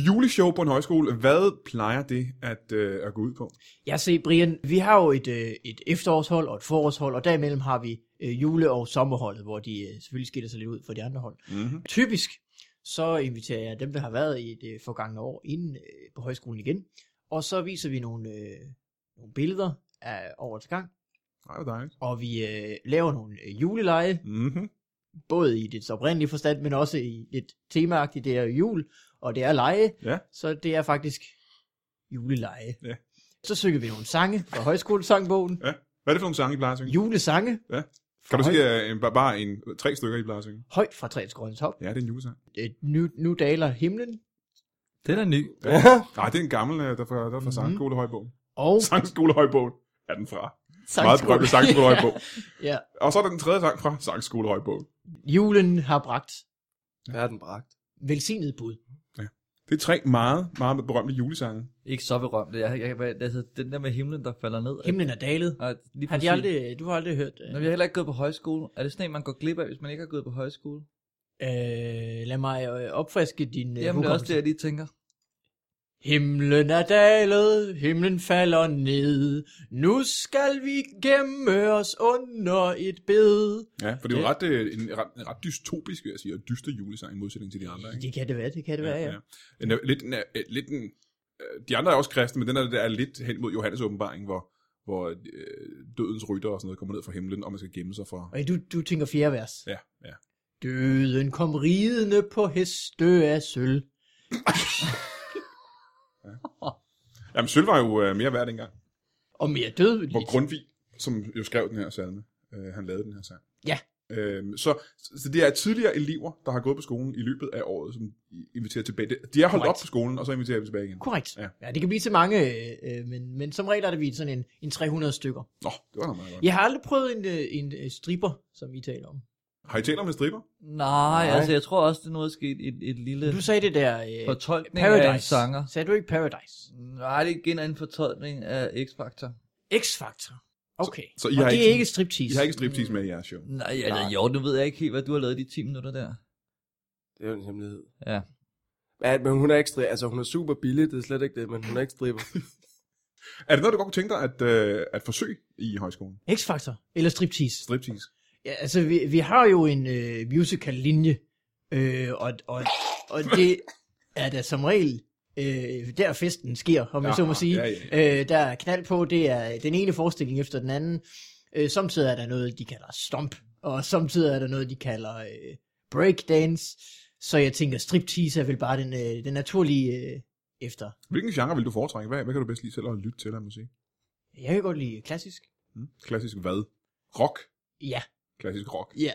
S1: Juleshow på en højskole, hvad plejer det at, øh, at gå ud på?
S5: Jeg ser, Brian, vi har jo et, øh, et efterårshold og et forårshold, og derimellem har vi øh, jule- og sommerholdet, hvor de øh, selvfølgelig skiller sig lidt ud fra de andre hold.
S1: Mm-hmm.
S5: Typisk, så inviterer jeg dem, der har været i det forgangne år, ind øh, på højskolen igen, og så viser vi nogle, øh, nogle billeder af årets gang,
S1: Nej, hvor dejligt.
S5: og vi øh, laver nogle øh, juleleje,
S1: Mm-hmm.
S5: både i dets oprindelige forstand, men også i lidt temaagtigt, det er jo jul, og det er lege,
S1: Ja.
S5: så det er faktisk juleleje.
S1: Ja.
S5: Så synger vi nogle sange fra højskolesangbogen,
S1: Hvad er det for nogle sange, I plejer at synge?
S5: julesange.
S1: Ja.
S5: Fra
S1: Kan du
S5: høj,
S1: sige øh, en, bare, bare en, tre stykker, I plejer at synge?
S5: højt fra træets grønne top.
S1: Ja, det er en julesang.
S5: Øh, Nu, nu daler himlen.
S2: Den er ny.
S1: Nej, det er en gammel, øh, der er fra, der er fra mm-hmm. Sangskolehøjbogen.
S5: Og
S1: Sangskolehøjbogen er den fra. Meget berømte sangskolehøjbog.
S5: ja.
S1: Og så er der den tredje sang fra Sangskolehøjbogen.
S5: Julen har bragt
S3: Hvad er den bragt?
S5: velsignet bud.
S1: Det er tre meget, meget berømte julesange.
S2: Ikke så berømt. Jeg, jeg, jeg, altså, den der med himlen, der falder ned.
S5: Himlen er dalet.
S2: Og lige
S5: Har
S2: præcis-
S5: de aldrig, du har aldrig hørt...
S2: Nå,
S5: Øh,
S2: vi har heller ikke gået på højskole. Er det sådan en, man går glip af, hvis man ikke har gået på højskole?
S5: øh, lad mig øh, opfriske din øh,
S2: Jamen, det er også det,
S5: hukommelse.
S2: jeg lige tænker.
S5: Himlen er dalet, himlen falder ned. Nu skal vi gemme os under et bed.
S1: Ja, for det er jo ret, øh, en, ret, en ret dystopisk, vil jeg sige, og dyster julesang i modsætning til de andre. Ikke?
S5: Det kan det være, det kan det være, ja.
S1: En, er- lidt, en, er- øh, lidt en, øh, de andre er også kristne, men den er, der er lidt hen mod Johannes åbenbaring, hvor, hvor øh, dødens rytter og sådan noget kommer ned fra himlen, og man skal gemme sig fra...
S5: Og du, du tænker fjerde vers.
S1: Ja, ja.
S5: Døden kom ridende på hestø af sølv.
S1: Jamen, sølv var jo øh, mere værd dengang,
S5: Og mere død.
S1: hvor Grundtvig, som jo skrev den her salme, øh, han lavede den her sang.
S5: Ja.
S1: Øhm, så, så det er tidligere elever, der har gået på skolen i løbet af året, som I inviterer tilbage. De er holdt
S5: Korrekt.
S1: op på skolen, og så inviterer vi tilbage igen.
S5: Korrekt.
S1: Ja.
S5: Ja. ja, det kan blive til mange, øh, øh, men, men som regel er det vi sådan en, en 300 stykker.
S1: Nå, det var da meget godt.
S5: Jeg har aldrig prøvet en, øh, en øh, stripper, som I taler om.
S1: Har I talt om en stripper?
S2: Nej, Nej, altså jeg tror også, det er noget der skete et, et lille
S5: Du sagde det der øh,
S2: fortolkning af en
S5: Paradise.
S2: sanger.
S5: Sagde du ikke Paradise?
S2: Nej, det er igen en fortolkning af X-Factor.
S5: X-Factor. Okay.
S1: så I
S5: Og
S1: har
S5: det
S1: ikke
S5: er
S1: sådan-
S5: ikke striptease.
S1: I har ikke striptease med i jeres show.
S2: Nej, ja, Nej. jo, nu ved jeg ikke helt, hvad du har lavet i de 10 minutter der.
S3: Det er jo en hemmelighed.
S2: Ja.
S3: Ja, men hun er ikke stripper. Altså, hun er super billig, det er slet ikke det, men hun er ikke stripper.
S1: Er det noget, du godt kunne tænke dig at, øh, at forsøge i højskolen?
S5: X-Factor. Eller striptease.
S1: Striptease?
S5: Ja, altså, vi, vi har jo en øh, musical-linje, øh, og, og, og det er da som regel øh, der festen sker, om jeg
S1: Ja,
S5: så må sige.
S1: ja,
S5: Øh, der er knald på, det er øh, den ene forestilling efter den anden. Øh, samtidig er der noget, de kalder stomp, og samtidig er der noget, de kalder øh, breakdance. Så jeg tænker, striptease er vel bare den, øh, den naturlige øh, efter.
S1: Hvilken genre vil du foretrække? Hvad, hvad kan du bedst lide selv at lytte til af musik?
S5: Jeg kan godt lide klassisk.
S1: Hmm? Klassisk hvad? Rock?
S5: Ja.
S1: Klassisk rock.
S5: Ja.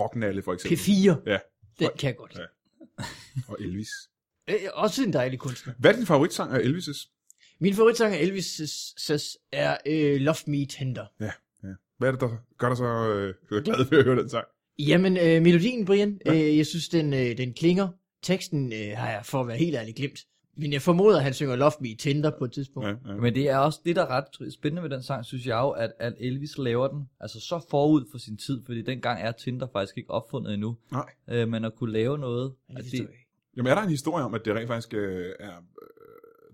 S1: Rocknalle for eksempel.
S5: P4.
S1: Ja.
S5: Den kan jeg godt lide.
S1: Og Elvis.
S5: Øh, også en dejlig kunstner.
S1: Hvad er din favoritsang af Elvis'?
S5: Min favoritsang af Elvis' er øh, Love Me Tender.
S1: Hvad er det, der gør dig så øh, så glad for at høre den sang?
S5: Jamen, øh, melodien, Brian, øh, jeg synes, den, øh, den klinger. Teksten øh, har jeg for at være helt ærlig glemt. Men jeg formoder, at han synger Love Me Tender på et tidspunkt.
S1: Ja,
S5: Ja.
S1: ja.
S2: Men det er også det, der er ret spændende ved den sang, synes jeg jo, at, at Elvis laver den altså så forud for sin tid, fordi dengang er Tinder faktisk ikke opfundet endnu.
S1: Nej.
S2: Øh, men at kunne lave noget, at
S5: Det
S2: det,
S5: forstår jeg ikke.
S1: Jamen er der en historie om, at det rent faktisk øh, er, øh,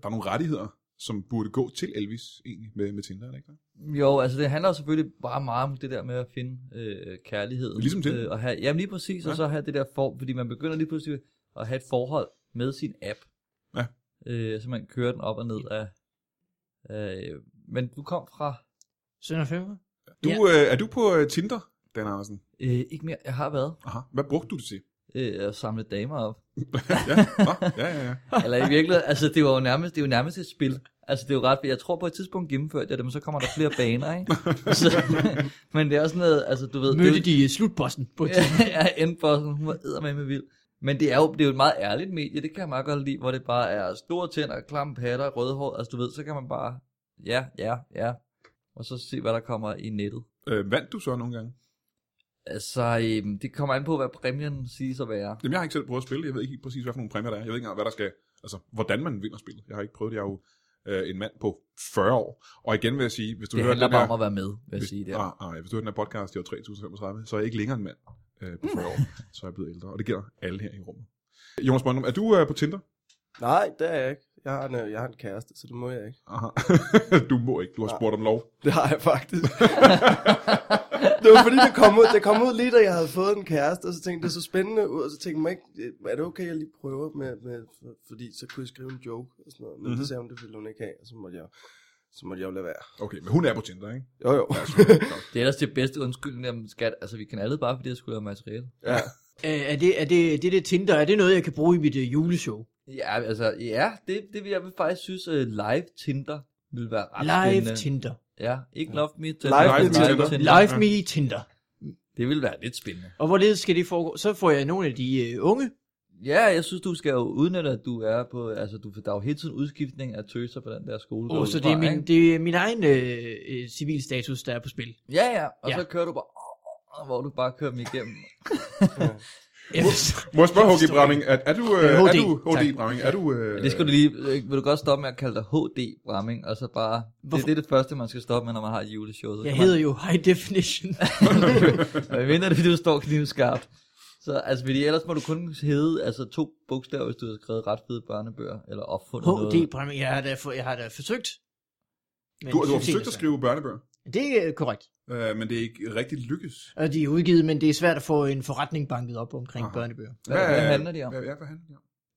S1: der er nogle rettigheder, som burde gå til Elvis egentlig med, med Tinder, er det ikke det?
S2: Jo, altså det handler jo selvfølgelig bare meget om det der med at finde øh, kærligheden.
S1: Ligesom Tinder.
S2: Øh, og have, jamen lige præcis,
S1: Ja.
S2: ja. og så have det der for, fordi man begynder lige pludselig at have et forhold med sin app.
S1: Ja.
S2: Øh, så man kører den op og ned af... Øh, men du kom fra...
S5: Sønder Femmer?
S1: Du, øh, er du på øh, Tinder, Dan Andersen?
S2: Øh, ikke mere, jeg har været
S1: Aha. Hvad brugte du det til?
S2: øh, at samle damer op.
S1: ja, Nå, ja, ja, ja.
S2: Eller i virkeligheden, altså det var jo nærmest, det er jo nærmest et spil. Altså det er jo ret, jeg tror på et tidspunkt gennemførte jeg det, men så kommer der flere baner, ikke? Så, men det er også sådan noget, altså du ved... det er jo-
S5: Mødte de øh, slutbossen på et tidspunkt?
S2: ja, endbossen, hun var med med vild. Men det er, jo, det er jo et meget ærligt medie, det kan jeg meget godt lide, hvor det bare er store tænder, klamme patter, røde hår, altså du ved, så kan man bare, ja, ja, ja, og så se, hvad der kommer i nettet.
S1: Øh, vandt du så nogle gange?
S2: Altså, øhm, det kommer an på, hvad præmien siges at være.
S1: Jamen, jeg har ikke selv prøvet at spille det. Jeg ved ikke helt præcis, hvad for nogle præmier der er. Jeg ved ikke engang, hvad der skal... Altså, hvordan man vinder spillet. Jeg har ikke prøvet det. Jeg er jo øh, en mand på 40 år. Og igen vil jeg sige, hvis du
S2: Det
S1: hører
S2: handler
S1: den her...
S2: bare om at være med, vil jeg
S1: Hvis,
S2: sige det.
S1: ah, ah, hvis du hører den her podcast i år 3035, så er jeg ikke længere en mand øh,
S2: Mm.
S1: på 40 år. Så er jeg blevet ældre, og det gælder alle her i rummet. Jonas Brøndum, er du øh, på Tinder?
S3: Nej, det er jeg ikke. Jeg har, en, øh, jeg har en kæreste, så det må jeg ikke.
S1: Aha. du må ikke, du har spurgt om lov.
S3: Det har jeg faktisk. det var fordi, det kom, ud, det kom ud lige da jeg havde fået en kæreste, og så tænkte jeg, det så spændende ud, og så tænkte jeg, ikke, er det okay, jeg lige prøver med, med for- fordi så kunne jeg skrive en joke og sådan noget, men mm-hmm.
S1: Mhm.
S3: det sagde hun, det ville hun ikke have, og så måtte jeg, så måtte jeg jo lade være.
S1: Okay, men hun er på Tinder, ikke?
S3: Jo jo,
S2: Det er ellers det bedste undskyldning, jamen, skat, altså vi kan alle bare, fordi jeg skulle lave materiale.
S3: ja.
S5: Øh, er det, er det, det der Tinder, er det noget, jeg kan bruge i mit øh, juleshow?
S2: Ja, altså, ja, det, det vil jeg vil faktisk synes, uh, live Tinder ville være ret
S5: Live
S2: spændende.
S5: Tinder.
S2: Ja, ikke Love Me Tinder.
S3: Live Me Tinder.
S5: Live Me Tinder.
S2: Det ville være lidt spændende.
S5: Og hvorledes skal det foregå? Så får jeg nogle af de øh, unge.
S2: Ja, jeg synes, du skal jo udnytte, at du er på... Altså, du, der er jo hele tiden udskiftning af tøser på den der skole.
S5: Åh,
S2: går
S5: oh,
S2: ud
S5: så
S2: fra,
S5: det er, min,
S2: ikke?
S5: det er min egen øh, øh, civilstatus, der er på spil.
S2: Ja, ja, og
S5: Ja.
S2: så kører du bare... og Hvor du bare kører dem igennem.
S5: Jeg,
S1: Må jeg spørge,
S5: Jeg
S1: H.G.
S5: forstår
S1: Bramming, er, er du... Øh,
S5: Øh,
S1: er
S5: HD,
S1: du H.D.
S5: tak.
S1: Bramming, er du... Øh,
S2: Det skal du lige... Vil du godt stoppe med at kalde dig HD Bramming, og så bare... Det,
S5: Hvorfor?
S2: det er det første, man skal stoppe med, når man har et juleshow. Så
S5: jeg
S2: kan
S5: hedder jo High Definition.
S2: man, Hvad vinder det, fordi du står knivskarpt? Så altså, fordi ellers må du kun hedde altså, to bogstaver, hvis du har skrevet ret fede børnebøger, eller opfundet
S5: HD
S2: noget.
S5: Bramming, jeg har da, for, jeg har da forsøgt. Men
S1: du, du har
S5: succesen
S1: forsøgt
S5: er
S1: at
S5: svær.
S1: skrive børnebøger,
S5: Det er korrekt.
S1: øh, men det er ikke rigtig lykkes.
S5: Og de er udgivet, men det er svært at få en forretning banket op omkring
S1: Aha.
S5: Aha. børnebøger.
S2: Hvad, hvad handler det om?
S1: Hvad, ja, hvad handler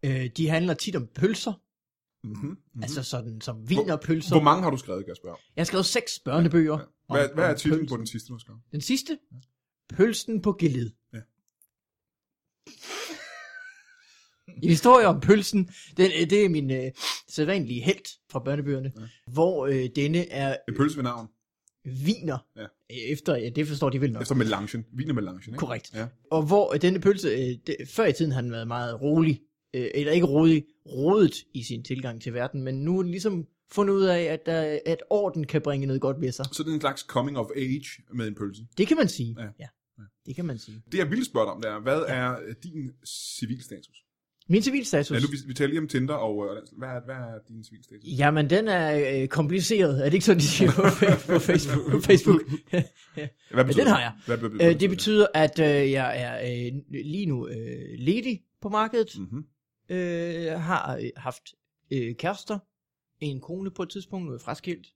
S1: det om?
S5: Øh, de handler tit om pølser, mm-hmm.
S1: Mm-hmm. Mm-hmm.
S5: altså sådan som vinerpølser.
S1: Hvor mange har du skrevet, kan jeg spørge om?
S5: Jeg har skrevet seks børnebøger. Ja.
S1: Hvad, hvad er titlen på den sidste, du har skrevet?
S5: Den sidste? Pølsen på gelid.
S1: Ja.
S5: Ja. En historie om pølsen, den, øh, det er min øh, sædvanlige helt fra børnebøgerne, ja. hvor øh, denne er
S1: En pølse ved navn.
S5: viner,
S1: Ja.
S5: ja. efter, ja, det forstår de vel nok,
S1: Efter melangen. Vin og melangen, ikke?
S5: korrekt.
S1: Ja.
S5: Og hvor øh, denne pølse, øh, det, før i tiden har den været meget rolig, øh, eller ikke rolig, rodet i sin tilgang til verden, men nu er den ligesom fundet ud af, at, der, at orden kan bringe noget godt med sig.
S1: Så det er en slags coming of age med en pølse.
S5: Det kan man sige.
S1: Ja.
S5: Ja. ja. Det kan man sige.
S1: Det jeg ville spørge dig om, det er, hvad er øh, din civilstatus?
S5: Min civilstatus...
S1: Ja, nu, vi, vi taler lige om Tinder, og øh, og den- hvad, er, hvad er din civilstatus?
S5: Jamen, den er øh, kompliceret. Er det ikke sådan, de siger på, fa- på Facebook? På Facebook?
S1: Hvad
S5: den har jeg.
S1: Hvad betyder,
S5: øh, det betyder, at øh, jeg er øh, lige nu øh, ledig på markedet.
S1: Mm-hmm.
S5: Øh, har øh, haft øh, kærester. En kone på et tidspunkt. Nu er jeg fraskilt.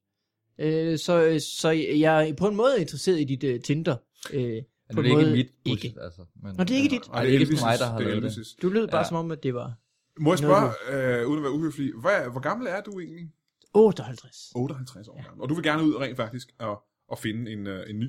S5: Øh, så, så jeg er på en måde interesseret i dit øh, Tinder. Øh,
S2: Men
S5: på
S2: det
S5: en
S2: er ikke
S5: måde
S2: mit bus,
S5: ikke.
S2: altså. Men,
S5: Nå, det er ikke dit.
S2: Nej, det er ikke for mig, der har lavet det.
S1: det.
S5: Du lød bare
S2: Ja.
S5: ja. som om, at det var
S1: Må jeg spørge, øh, uden at være uhøflig, hvad, hvor gammel er du egentlig?
S5: 58.
S1: 58 år gammel. Og du vil gerne ud rent faktisk og, og finde en, øh, en ny.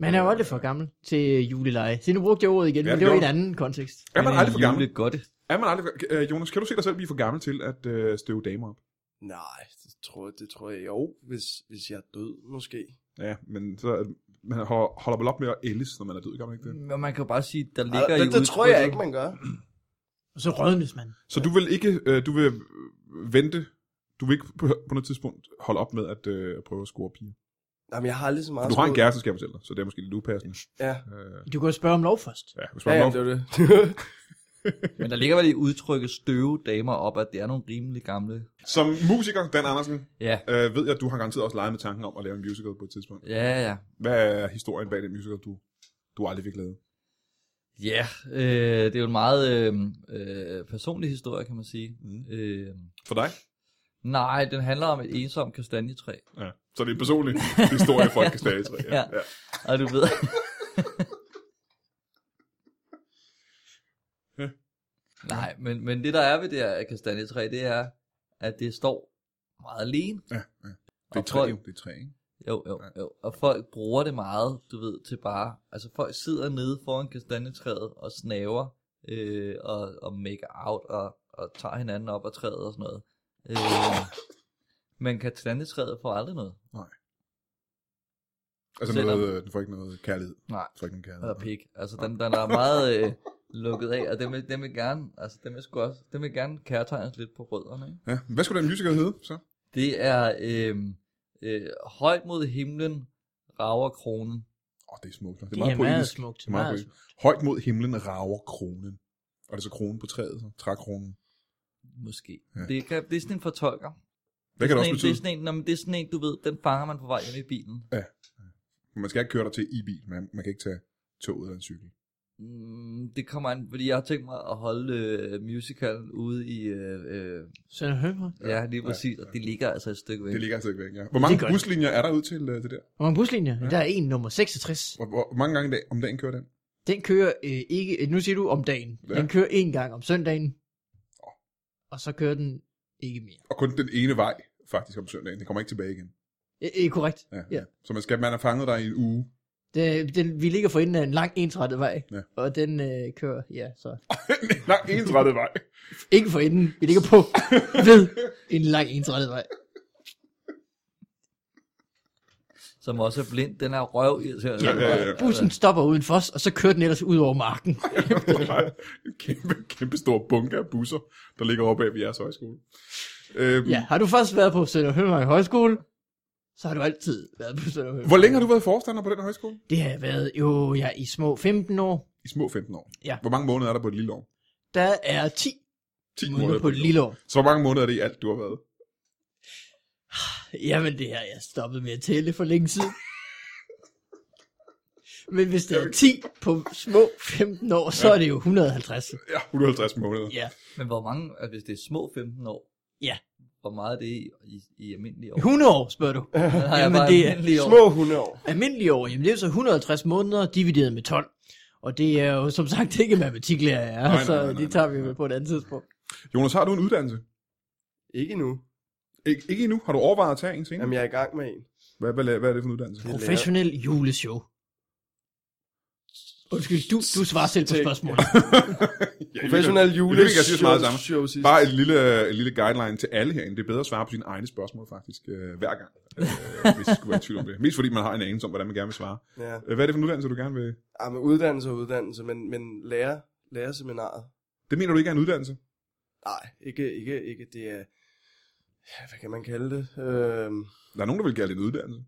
S5: Man er jo aldrig for gammel til øh, juleleje. Se, nu brugte jeg ordet igen,
S1: Ja, det
S5: men det var i en
S1: gjorde
S5: anden kontekst.
S1: Er man aldrig for gammel?
S2: godt.
S1: Er man aldrig, øh, Jonas, kan du se dig selv blive for gammel til at øh, støve damer op?
S3: Nej, det tror, jeg, det tror jeg jo, hvis, hvis jeg er død måske.
S1: Ja, men så øh, man ho- holder vel op med at ældes, når man er død, gør man ikke det?
S2: Men man kan jo bare sige, der ligger
S3: Ej,
S2: i
S3: det, det tror jeg
S2: udtrykket-
S3: ikke, man gør.
S5: øh, Og så rødnes man.
S1: Så du vil ikke, øh, du vil øh, vente, du vil ikke på, på noget tidspunkt holde op med at øh, prøve at score piger.
S3: Jamen, jeg har aldrig så meget...
S1: Du har en
S3: skåret-
S1: kæreste, skal jeg fortælle dig, så det er måske lidt upassende.
S3: Ja,
S1: Øh,
S5: Du kan jo spørge om lov først.
S1: ja, hvis man
S3: ja,
S1: ja,
S3: ja
S1: lov,
S3: det er det.
S2: Men der ligger vel i udtrykket støve damer op, at det er nogle rimelig gamle.
S1: Som musiker, Dan Andersen,
S2: Ja,
S1: øh, ved jeg, at du har garanteret også leget med tanken om at lave en musical på et tidspunkt.
S2: ja, ja.
S1: Hvad er historien bag den musical, du, du aldrig fik lavet?
S2: Ja, øh, det er jo en meget øh, øh, personlig historie, kan man sige.
S1: Mm.
S2: Øh,
S1: For dig?
S2: nej, den handler om et ensomt kastanjetræ.
S1: Ja. Så det er en personlig historie for et kastanjetræ. Ja.
S2: Ja.
S1: Ja.
S2: Og du ved... Nej, men, men det der er ved det her kastanjetræ, det er, at det står meget alene.
S1: Det er
S2: Og
S1: et træ,
S2: folk-
S1: jo. Det er et træ, ikke?
S2: Jo, jo,
S1: Ja.
S2: jo. Og folk bruger det meget, du ved, til bare... Altså folk sidder nede foran kastanjetræet og snaver øh, og, og make out og, og tager hinanden op af træet og sådan noget. Øh, men kastanjetræet får aldrig noget.
S1: Altså
S2: Selvom-
S1: noget, øh, den får ikke noget kærlighed.
S2: Nej.
S1: Den får ikke nogen kærlighed.
S2: Eller pik. Altså den, den er meget øh, lukket af, og den vil, den vil gerne, altså den vil sgu også, den vil gerne kærtegnes lidt på rødderne, ikke?
S1: Ja. Hvad skulle den musical hedde, så?
S2: Det er øh, øh, højt mod himlen, rager kronen.
S1: Åh, oh, det er smukt. Det er,
S5: Det
S1: meget
S5: er
S1: poetisk.
S5: meget smukt.
S1: Det er meget
S5: Meget
S1: poetisk. Højt mod himlen rager kronen. Og det er så kronen på træet, så trækronen.
S2: Måske.
S1: Ja.
S2: Ja. Det, kan, det er sådan en fortolker.
S1: Hvad kan det
S2: sådan
S1: også betyde?
S2: en, det er sådan en, nå, men det er sådan en, du ved, den fanger man på vej hjem i bilen.
S1: Man skal ikke køre dig til i bil. Man, man kan ikke tage toget eller en cykel.
S2: Mm, det kommer an, fordi jeg har tænkt mig at holde øh, musicalen ude i, øh, øh,
S5: Sønder Hømmer.
S2: ja, lige præcis, og det ligger altså et stykke væk.
S1: Det
S2: Det
S1: ligger altså ikke væk, ja. Hvor mange
S5: Det er godt.
S1: buslinjer er der ud til øh, det der?
S5: Hvor mange buslinjer? Ja. Der er en nummer 66.
S1: Hvor, hvor, hvor mange gange i dag, om dagen kører den?
S5: Den kører øh, ikke... øh, Nu siger du om dagen.
S1: Ja.
S5: Ja. Den kører en gang om søndagen. Og så kører den ikke mere.
S1: Og kun den ene vej, faktisk, om søndagen. Den kommer ikke tilbage igen.
S5: Øh, øh, korrekt.
S1: Ja.
S5: Ja.
S1: Så man, skal, man har fanget dig i en uge.
S5: Det, den, vi ligger for enden af en lang ensrettet vej.
S1: Ja.
S5: Og den øh, kører, ja, så...
S1: en lang ensrettet vej.
S5: Ikke for enden. Vi ligger på ved en lang ensrettet vej.
S2: Som også er blind, den er røv i. Ja,
S1: ja, ja.
S5: Bussen stopper uden for os, og så kører den ellers ud over marken.
S1: Bare en kæmpe, kæmpe stor bunke af busser, der ligger oppe af ved jeres højskole. Øhm,
S5: Ja, har du først været på Sønderhøjmark Højskole, så har du altid været på Sønderhøjmark.
S1: Hvor længe har du været forstander på den højskole?
S5: Det har jeg været jo jeg er i små 15 år.
S1: I små 15 år.
S5: Ja.
S1: Hvor mange måneder er der på et lille år?
S5: Der er 10
S1: 10
S5: måneder på et lille år.
S1: Så hvor mange måneder er det i alt, du har været?
S5: Jamen det her, jeg stoppet med at tælle for længe siden. Men hvis der er 10 på små 15 år, så er det jo 150.
S1: Ja, 150 måneder.
S5: Ja.
S2: Men hvor mange, altså, hvis det er små 15 år,
S5: Ja.
S2: hvor meget er det i, i, i almindelige år?
S5: 100 år, spørger du.
S2: Den har jeg
S5: Jamen,
S2: bare
S5: det er
S2: almindelige år.
S3: Små hundeår.
S5: Almindelige år, jamen det er jo så 150 måneder divideret med 12. Og det er jo som sagt ikke matematiklærer, jeg er,
S1: Nej, nej,
S5: så
S1: nej, nej,
S5: det tager vi
S1: nej.
S5: jo på et andet tidspunkt.
S1: Jonas, har du en uddannelse?
S3: Ikke nu.
S1: Ik- ikke endnu. Har du overvejet at tage en senere?
S3: Jamen, jeg er i gang med en.
S1: Hvad, hvad, la- hvad er det for en uddannelse?
S3: Det-
S5: Professionel juleshow. Undskyld, du, du svarer selv på
S3: Tænk.
S5: spørgsmålet.
S1: Ja,
S3: Professionel
S1: jeg ved
S3: jule
S1: ikke, jeg siger så meget sammen.
S3: show sidst.
S1: Bare et lille, et lille guideline til alle herinde. Det er bedre at svare på sine egne spørgsmål, faktisk, øh, hver gang. Øh, hvis du skulle være i tvivl om det. Mest fordi man har en anelse om, hvordan man gerne vil svare.
S3: Ja.
S1: Øh, Hvad er det for en uddannelse, du gerne vil...
S3: ja, Ah, men uddannelse og uddannelse, men, men lærer, lærerseminaret.
S1: Det mener du ikke er en uddannelse?
S3: Nej, ikke, ikke, ikke. Det er, ja, hvad kan man kalde det? Øhm,
S1: Der er nogen, der vil kalde det en uddannelse.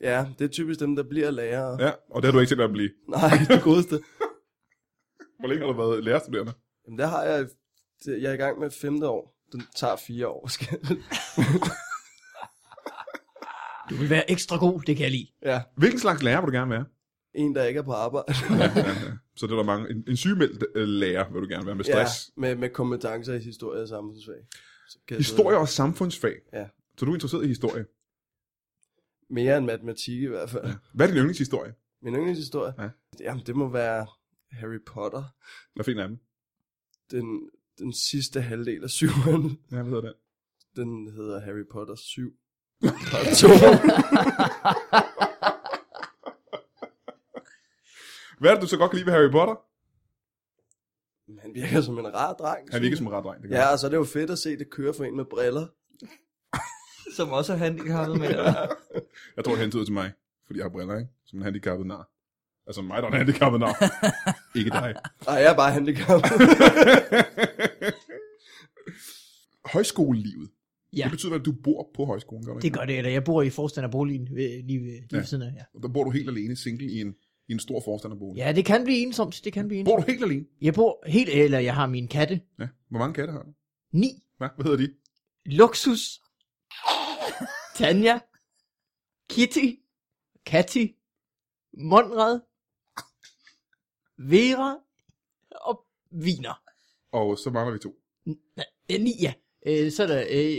S3: ja, det er typisk dem, der bliver lærere.
S1: Ja, og det har du ikke tænkt dig at blive.
S3: Nej, det godeste.
S1: Hvor længe har du været lærerstuderende?
S3: Jamen, der har jeg, det, jeg er i gang med femte år. Den tager fire år. Skal.
S5: Du vil være ekstra god, det kan jeg lide.
S3: ja,
S1: Hvilken slags lærer vil du gerne være?
S3: en, der ikke er på arbejde.
S1: ja, ja. Så det er der mange. En, en sygemeldt øh, lærer vil du gerne være med stress. Ja.
S3: med, med kompetencer i historie og samfundsfag. Så kan jeg sidde-
S1: Historie og samfundsfag.
S3: Ja.
S1: Så du er interesseret i historie.
S3: Mere end matematik i hvert fald. Ja.
S1: Hvad er din yndlingshistorie?
S3: Min yndlingshistorie?
S1: Ja.
S3: Ja. Jamen, det må være Harry Potter.
S1: Hvad finder af dem?
S3: Den, den sidste halvdel af syveren.
S1: Ja, hvad hedder den?
S3: Den hedder Harry Potter 7.
S1: Hvad er det, du så godt kan lide ved Harry Potter?
S3: Han virker som en rar dreng.
S1: Han virker som en ret dreng. Det gør
S3: Ja, og så er det jo fedt at se det køre for en med briller.
S2: som også er handicappet med. eller?
S1: han. Jeg tror, han hentede til mig, fordi jeg har briller, ikke? Som en handicappet nar. Altså mig, der er en handicappet nar. ikke dig.
S3: Nej, jeg er bare handicappet.
S1: Højskolelivet.
S5: Ja.
S1: Det betyder, at du bor på højskolen, gør du
S5: Det
S1: ikke?
S5: gør det, eller jeg bor i forstanderboligen øh, lige, ved, lige
S1: Ja.
S5: ved siden af. Ja.
S1: Og Der bor du helt alene, single i en, i en stor forstanderbolig.
S5: ja, det kan blive ensomt, det kan blive
S1: Bor
S5: ensomt.
S1: du helt alene?
S5: Jeg bor helt, eller jeg har min katte,
S1: Ja. Hvor mange katte har du?
S5: ni,
S1: Hvad, hvad hedder de?
S5: luksus, Tanja, Kitty, Katty, Monrad, Vera og Viner.
S1: Og så mangler vi to.
S5: Øh, ni, ja. Øh, så er der øh,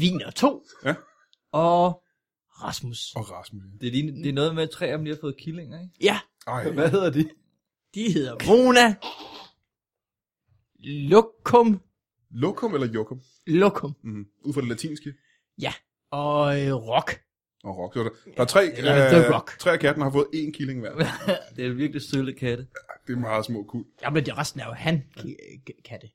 S5: Viner 2
S1: Ja.
S5: og Rasmus.
S1: Og Rasmus.
S2: Det er, lige, det er noget med, at tre af dem lige har fået killinger, ikke?
S5: Ja,
S1: Ej,
S3: Hvad hedder de?
S5: de hedder Rona, Lokum,
S1: lokum eller jokum?
S5: Lokum
S1: Mm. Ud fra det latinske.
S5: og øh, Rock.
S1: Og rock. Så er der, der er tre, øh,
S5: Ja, det er rock.
S1: tre af kattene har fået én killing hver.
S2: Det er virkelig sølle katte.
S1: Det er meget små kul.
S5: Jamen, det resten er jo han, ki- ki- katte.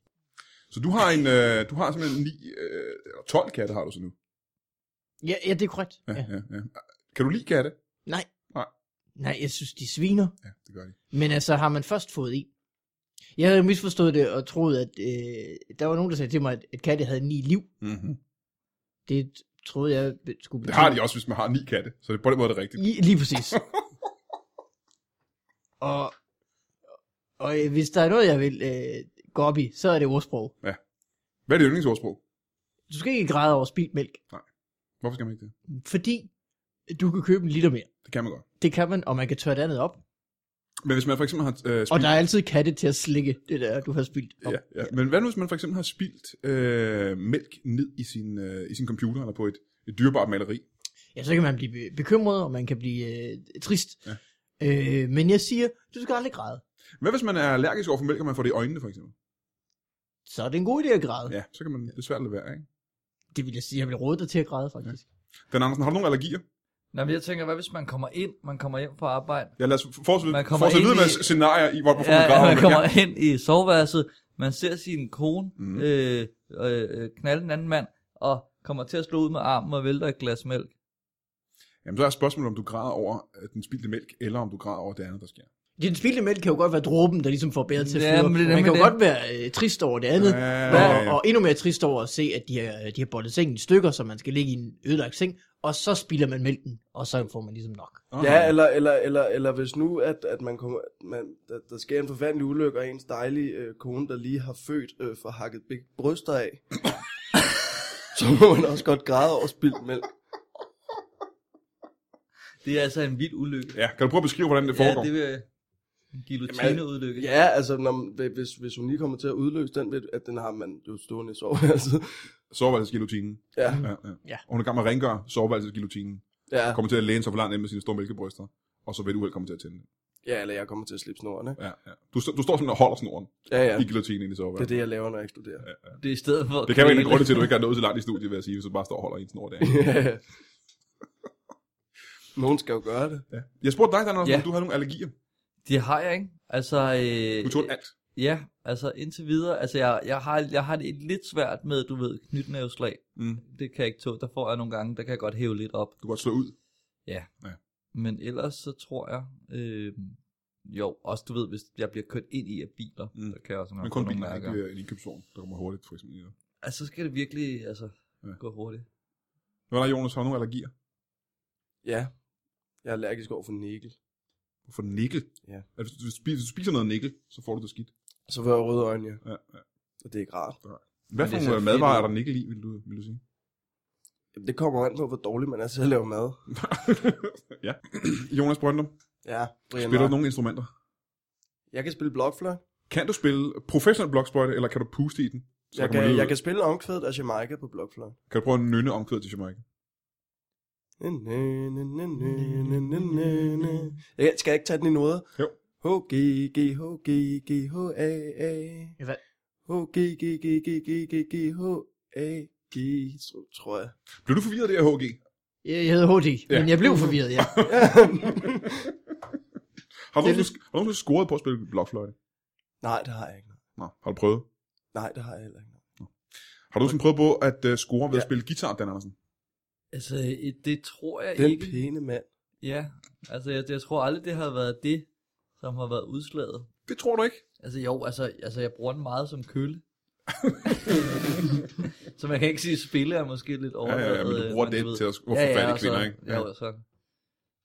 S1: Så du har, en, øh, du har simpelthen ni, øh, eller 12 katte har du så nu.
S5: Ja, ja, det er korrekt.
S1: Ja,
S5: Ja.
S1: ja. Ja, Kan du lide katte?
S5: Nej.
S1: Nej.
S5: Nej, jeg synes, de sviner.
S1: Ja, det gør de.
S5: Men altså, har man først fået i? Jeg havde jo misforstået det og troet, at øh, der var nogen, der sagde til mig, at, at katte havde ni liv.
S1: Mm-hmm.
S5: Det troede jeg be- skulle
S1: Det har de også, hvis man har ni katte. Så det, på den måde er det rigtigt.
S5: Lige, lige præcis. og, og øh, hvis der er noget, jeg vil øh, gå op i, så er det ordsprog.
S1: Hvad er det yndlingsordsprog?
S5: Du skal ikke græde over spildt mælk,
S1: Hvorfor skal man ikke det?
S5: fordi du kan købe en liter mere.
S1: Det kan man godt.
S5: Det kan man, og man kan tørre det andet op.
S1: Men hvis man for eksempel har øh,
S5: Og
S1: spildt...
S5: der er altid katte til at slikke det der, du har spildt op.
S1: Ja, ja. Men hvad nu, hvis man for eksempel har spildt øh, mælk ned i sin, øh, i sin computer eller på et, et dyrebart maleri?
S5: Ja, så kan man blive be- bekymret, og man kan blive øh, trist.
S1: Ja.
S5: Ja. Øh, men jeg siger, du skal aldrig græde.
S1: Hvad hvis man er allergisk over for mælk, og man får det i øjnene for eksempel?
S5: Så er det en god idé at græde. Ja.
S1: Ja, så kan man det er svært at lade være, ikke?
S5: Det vil jeg sige, jeg vil råde dig til at græde, faktisk.
S1: Dan Andersen, har du nogle allergier?
S2: Nå, men jeg tænker, hvad hvis man kommer ind, man kommer hjem fra arbejde,
S1: Ja, lad os fortsætte
S2: Man kommer
S1: fortsætte
S2: ind
S1: videre med
S2: i-
S1: scenarier i, hvor man får ja,
S2: ja,
S1: graver.
S2: man
S1: men
S2: kommer
S1: ja.
S2: ind i soveværelset, man ser sin kone
S1: Mhm.
S2: mm. øh, øh, øh, knalde en anden mand, og kommer til at slå ud med armen og vælter et glas mælk.
S1: Jamen, så er spørgsmålet, om du græder over øh, den spildte mælk, eller om du græder over det andet, der sker.
S5: Ja. Den spildte mælk kan jo godt være dråben, der ligesom får bedre til at
S2: Ja,
S5: flyde op.
S2: men det er
S5: Man kan
S2: nemlig
S5: jo
S2: det.
S5: godt være øh, trist over det andet.
S1: Ja,
S5: Ja.
S1: ja,
S5: Og,
S1: ja.
S5: og endnu mere trist over at se, at de har, de har boldet sengen i stykker, så man skal ligge i en ødelagt seng, og så spilder man mælken, og så får man ligesom nok.
S1: Aha.
S3: Ja, eller, eller, eller, eller hvis nu, at, at man kommer, man, der, der sker en forfærdelig ulykke, og ens dejlige øh, kone, der lige har født, øh, får hakket begge bryster af, så må man også godt græde over spildt mælk.
S2: Det er altså en vild ulykke.
S1: ja, kan du prøve at beskrive, hvordan det foregår?
S2: Ja, det vil en guillotine-udlykke. Ja.
S3: Ja, altså, når, man- hvis, hvis hun lige kommer til at udløse den, ved, at den har man jo stående i soveværelset.
S1: Soveværelsesgillotinen.
S3: Ja,
S1: Ja, ja.
S5: Ja.
S1: Og hun er i gang med at rengøre soveværelsesgillotinen.
S3: ja,
S1: Kommer til at læne sig for langt ind med sine store mælkebryster. Og så vil du uheld komme til at tænde den.
S3: ja, eller jeg kommer til at slippe snoren, ikke?
S1: Ja, ja. Du, st- du står sådan og holder snoren
S3: Ja, ja,
S1: ja. i guillotinen inde i
S3: det er
S1: soveværelset. Det,
S3: det, jeg laver, når jeg studerer.
S2: Det er i stedet for...
S1: det kan være en af grunde til, at du ikke har nået så langt i studiet, vil jeg sige, hvis du bare står og holder i en snor der.
S3: Nogen skal jo gøre det.
S1: Ja. Jeg spurgte dig, Dan Andersen,
S2: Ja.
S1: om du havde nogle allergier.
S2: Det har jeg, ikke? Altså... Øh,
S1: Du tålte alt.
S2: Ja, altså indtil videre. Altså jeg, jeg, har, jeg har det lidt svært med, du ved, knytnæveslag.
S1: Mm.
S2: Det kan jeg ikke tåle. Der får jeg nogle gange, der kan jeg godt hæve lidt op.
S1: Du kan godt slå ud.
S2: Men ellers så tror jeg... Øh, jo, også du ved, hvis jeg bliver kørt ind i af biler,
S1: Mm.
S2: mm. der kan jeg også
S1: Men
S2: nogle
S1: kun
S2: gange få nogle
S1: bilen,
S2: mærker.
S1: ikke øh, en indkøbsvogn, der kommer hurtigt, for eksempel. Ja.
S2: Altså, så skal det virkelig altså,
S1: Ja.
S2: ja. gå hurtigt.
S1: Hvad er der, Jonas? Har du nogle allergier?
S3: Ja, jeg er allergisk over for nikkel.
S1: For nikkel.
S3: Ja.
S1: At Hvis du, spiser, hvis du spiser noget nikkel, så får du det skidt.
S3: Så får jeg røde øjne, ja.
S1: Ja,
S3: Og det er ikke rart.
S1: Hvad
S2: Men
S1: for
S2: det er
S1: nogle
S2: så
S1: øh, madvarer
S2: fedt,
S1: er der nikkel i, vil du, vil du sige?
S3: Jamen, det kommer an på, hvor dårlig man er til at lave mad.
S1: ja. Jonas Brøndum,
S3: Ja, Brian
S1: spiller
S3: Mørk.
S1: du nogle instrumenter?
S3: Jeg kan spille blokfløjt.
S1: Kan du spille professionel blokspøjte, eller kan du puste i den? Så
S3: Jeg
S1: man
S3: kan,
S1: lyde-
S3: jeg kan spille omkvædet af Jamaica på blokfløjt.
S1: kan du prøve at nynne omkvædet til Jamaica?
S3: Jeg kan- skal jeg ikke tage den i noder?
S1: Jo.
S3: H, G, G, H, G, G, H, A, A.
S5: Ja, hvad?
S3: H, G, G, G, G, G, G, G, H, A, G, tro- tror jeg.
S1: Blev du forvirret af det her HG?
S5: Jeg, jeg hedder HD, ja. men jeg blev forvirret, ja.
S1: Har du
S5: Det er
S1: nogensinde- har du nogensinde scoret på at spille blokfløjte?
S3: Nej, det har jeg ikke.
S1: Nå, har du prøvet?
S3: Nej, det har jeg heller ikke.
S1: Har du sådan prøvet på at øh, score ved at spille guitar, Dan Andersen?
S2: Altså, øh, det tror jeg
S3: Den
S2: ikke.
S3: pæne mand.
S2: Ja, altså jeg, jeg tror aldrig, det har været det, som har været udslaget.
S1: Det tror du ikke.
S2: Altså jo, altså, altså jeg bruger den meget som køle. så man kan ikke sige, at spille er måske lidt
S1: Ja,
S2: overdrevet.
S1: ja, ja, men du
S2: øh,
S1: bruger
S2: men
S1: det
S2: ved-
S1: til at få ja, fat i
S2: og
S1: kvinder,
S2: så,
S1: ikke?
S2: Ja, altså, jo,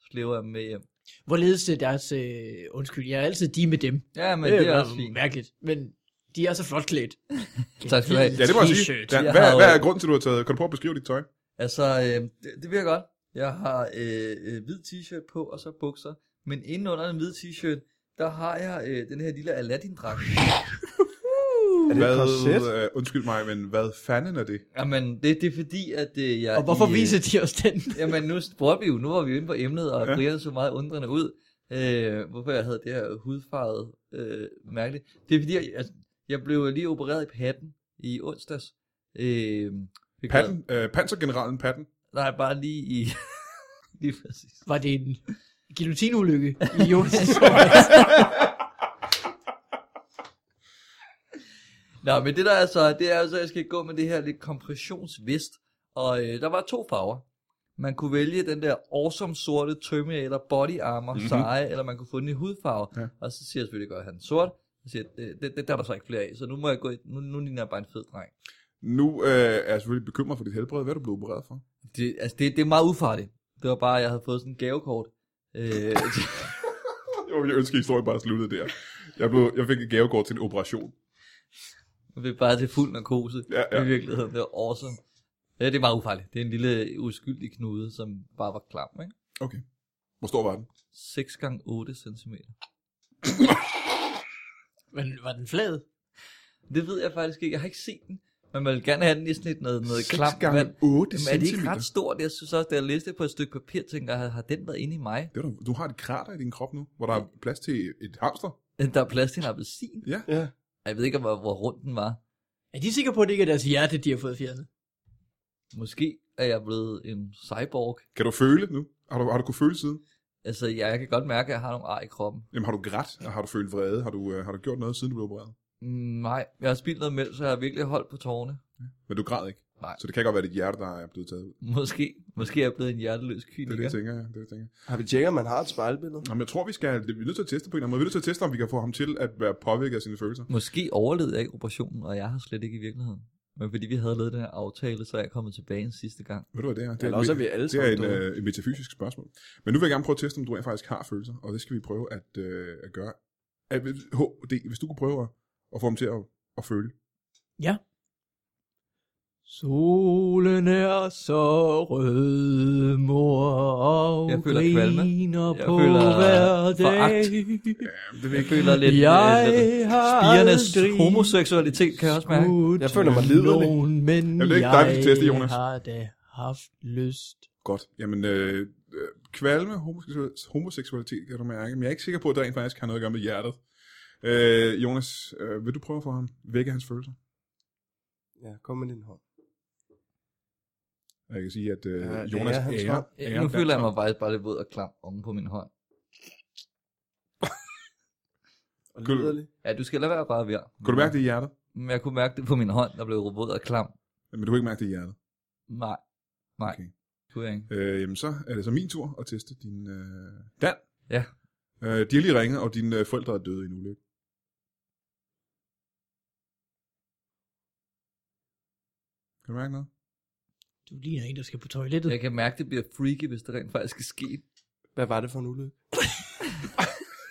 S2: så slæver jeg dem med hjem.
S5: Hvorledes øh, deres... Øh, undskyld, jeg er altid de med dem.
S2: Ja, men det, det er
S5: bare
S2: også fint.
S5: mærkeligt. Men de er så flot klædt.
S2: Tak skal du have.
S1: Ja, det må jeg sige.
S5: T-shirt.
S1: Dan,
S2: Jeg
S1: hvad,
S2: har jo-
S1: hvad er grunden til, at du har taget? Kan du prøve at beskrive dit tøj?
S2: Altså, øh, det, det vil jeg godt. Jeg har øh, øh, hvid t-shirt på, og så bukser. Men indenunder den hvide t-shirt, der har jeg øh, den her lille Aladdin-dragt.
S3: Er det et
S1: Hvad,
S3: korset?
S1: øh, undskyld mig, men hvad fanden er det?
S2: Jamen, det, det er fordi, at øh, jeg...
S5: Og hvorfor
S2: i, øh,
S5: viser de os den?
S2: Jamen, nu spurgte vi jo, nu var vi jo inde på emnet, og
S1: Ja.
S2: ja. Brian så meget undrende ud, øh, hvorfor jeg havde det her hudfarvet øh, mærkeligt. Det er fordi, jeg, altså, jeg blev lige opereret i patten i onsdags. Øh, fik
S1: Patten?
S2: lavet-
S1: Øh, pansergeneralen Patten?
S2: Nej, bare lige i... lige præcis.
S5: Var det en guillotineulykke i Jonas?
S2: Nå, men det der er så, det er altså, at jeg skal gå med det her lidt kompressionsvest, og øh, der var to farver. Man kunne vælge den der awesome sorte Terminator body armor
S1: Mhm.
S2: mm-hmm. seje, eller man kunne få den i hudfarve.
S1: Ja.
S2: Ja. Og så siger jeg selvfølgelig, at han sort. Så siger jeg, det, det, det, der er der så ikke flere af, så nu må jeg gå i, nu, nu ligner jeg bare en fed dreng.
S1: Nu øh, er jeg selvfølgelig bekymret for dit helbred. Hvad er du blevet opereret for?
S2: Det, altså, det, det er meget ufarligt. Det var bare, at jeg havde fået sådan en gavekort. Øh,
S1: Jo, jeg ønsker, at historien bare sluttede der. Jeg, blev, jeg fik et gavekort til en operation.
S2: det er bare til fuld narkose.
S1: Ja, ja.
S2: I virkeligheden, det var awesome. Ja, det er meget ufarligt. Det er en lille uskyldig knude, som bare var klam, ikke?
S1: Hvor stor var den?
S2: 6 gange 8 cm.
S5: Men var den flad?
S2: Det ved jeg faktisk ikke. Jeg har ikke set den. Men man vil gerne have den i sådan et noget, noget klamt
S1: gange
S2: vand.
S1: 8
S2: Jamen, er det ikke ret stort? Jeg synes også, da jeg læste det på et stykke papir, tænker jeg, har den været inde i mig?
S1: Det er du, du har et krater i din krop nu, hvor der er plads til et hamster.
S2: Der er plads til en appelsin.
S1: Ja.
S3: Ja.
S2: Jeg ved ikke, hvor, hvor rund den var.
S5: Er de sikre på, at det ikke er deres hjerte, de har fået fjernet?
S2: Måske er jeg blevet en cyborg.
S1: Kan du føle nu? Har du, har du kunnet føle siden?
S2: Altså, jeg, jeg kan godt mærke, at jeg har nogle ar i kroppen.
S1: Jamen, har du grædt? Har du følt vrede? Har du, øh, har du gjort noget, siden du blev opereret?
S2: Mm, nej, jeg har spildt noget mælk, så jeg har virkelig holdt på tårne.
S1: Men du græd ikke?
S2: Nej.
S1: Så det kan godt være dit hjerte, der er blevet taget ud.
S2: Måske, måske er jeg blevet en hjerteløs
S1: Det er det, jeg
S2: kyniker.
S1: tænker. ja. Det, er det, jeg tænker.
S3: Har vi tjekket, om man har et spejlbillede?
S1: Jamen, jeg tror, vi skal, det- vi er nødt til at teste på en eller anden måde. Vi er nødt til at teste, om vi kan få ham til at være påvirket af sine følelser.
S2: Måske overlevede jeg ikke operationen, og jeg har slet ikke i virkeligheden. Men fordi vi havde lavet den her aftale, så er jeg kommet tilbage en sidste gang.
S1: Ved du, hvad det er? Det
S3: Eller
S1: et
S3: også er
S1: me-
S3: vi alle
S1: det er
S3: sammen
S1: en,
S3: døde.
S1: øh, et metafysisk spørgsmål. Men nu vil jeg gerne prøve at teste, om du rent faktisk har følelser, og det skal vi prøve at, øh, at gøre. At, HD, hvis du kunne prøve at, at få ham til at, at føle.
S5: Solen er så rød, mor, og
S2: Jeg føler kvalme.
S5: griner
S2: Jeg
S5: på
S2: føler
S5: hver dag.
S2: foragt.
S1: Ja, det vil
S2: Jeg føler lidt...
S5: Jeg
S2: øh, lidt-
S5: har
S2: Spirernes
S5: aldrig
S2: homoseksualitet, kan jeg også mærke.
S5: skudt
S3: Jeg føler mig liderlig.
S5: nogen, men
S1: Jamen,
S5: jeg,
S1: det er ikke dig, vi skal teste, Jonas.
S5: har da haft lyst.
S1: Godt. Jamen, øh, øh, kvalme, homoseksualitet, homoseksualitet, kan du mærke. Men jeg er ikke sikker på, at det rent faktisk har noget at gøre med hjertet. Øh, Jonas, øh, vil du prøve at få ham vække hans følelser? øh,
S3: Ja, kom med din hånd.
S1: Og Jeg kan sige, at øh,
S3: Ja, det
S1: Jonas
S3: er hans
S1: ærer,
S3: hånd.
S1: ærer
S2: nu
S1: dansk
S2: føler jeg mig
S1: hånd.
S2: faktisk bare lidt våd og klam oven på min hånd.
S3: Og
S1: Guld.
S3: liderlig.
S2: Ja, du skal lade være bare ved.
S1: Kan du mærke det i hjertet?
S2: Men jeg kunne mærke det på min hånd, der blev våd og klam.
S1: Men du kan ikke mærke det i hjertet.
S2: Nej. Nej.
S1: Okay.
S2: Okay. Kunne jeg ikke.
S1: Øh, jamen, så er det så min tur at teste din øh, Dan.
S2: Ja.
S1: Øh, de har lige ringet, og dine øh, forældre er døde i en ulykke. Kan du mærke noget?
S5: Du ligner en, der skal på toilettet.
S2: Jeg kan mærke, det bliver freaky, hvis det rent faktisk skal ske.
S3: Hvad var det for en ulykke?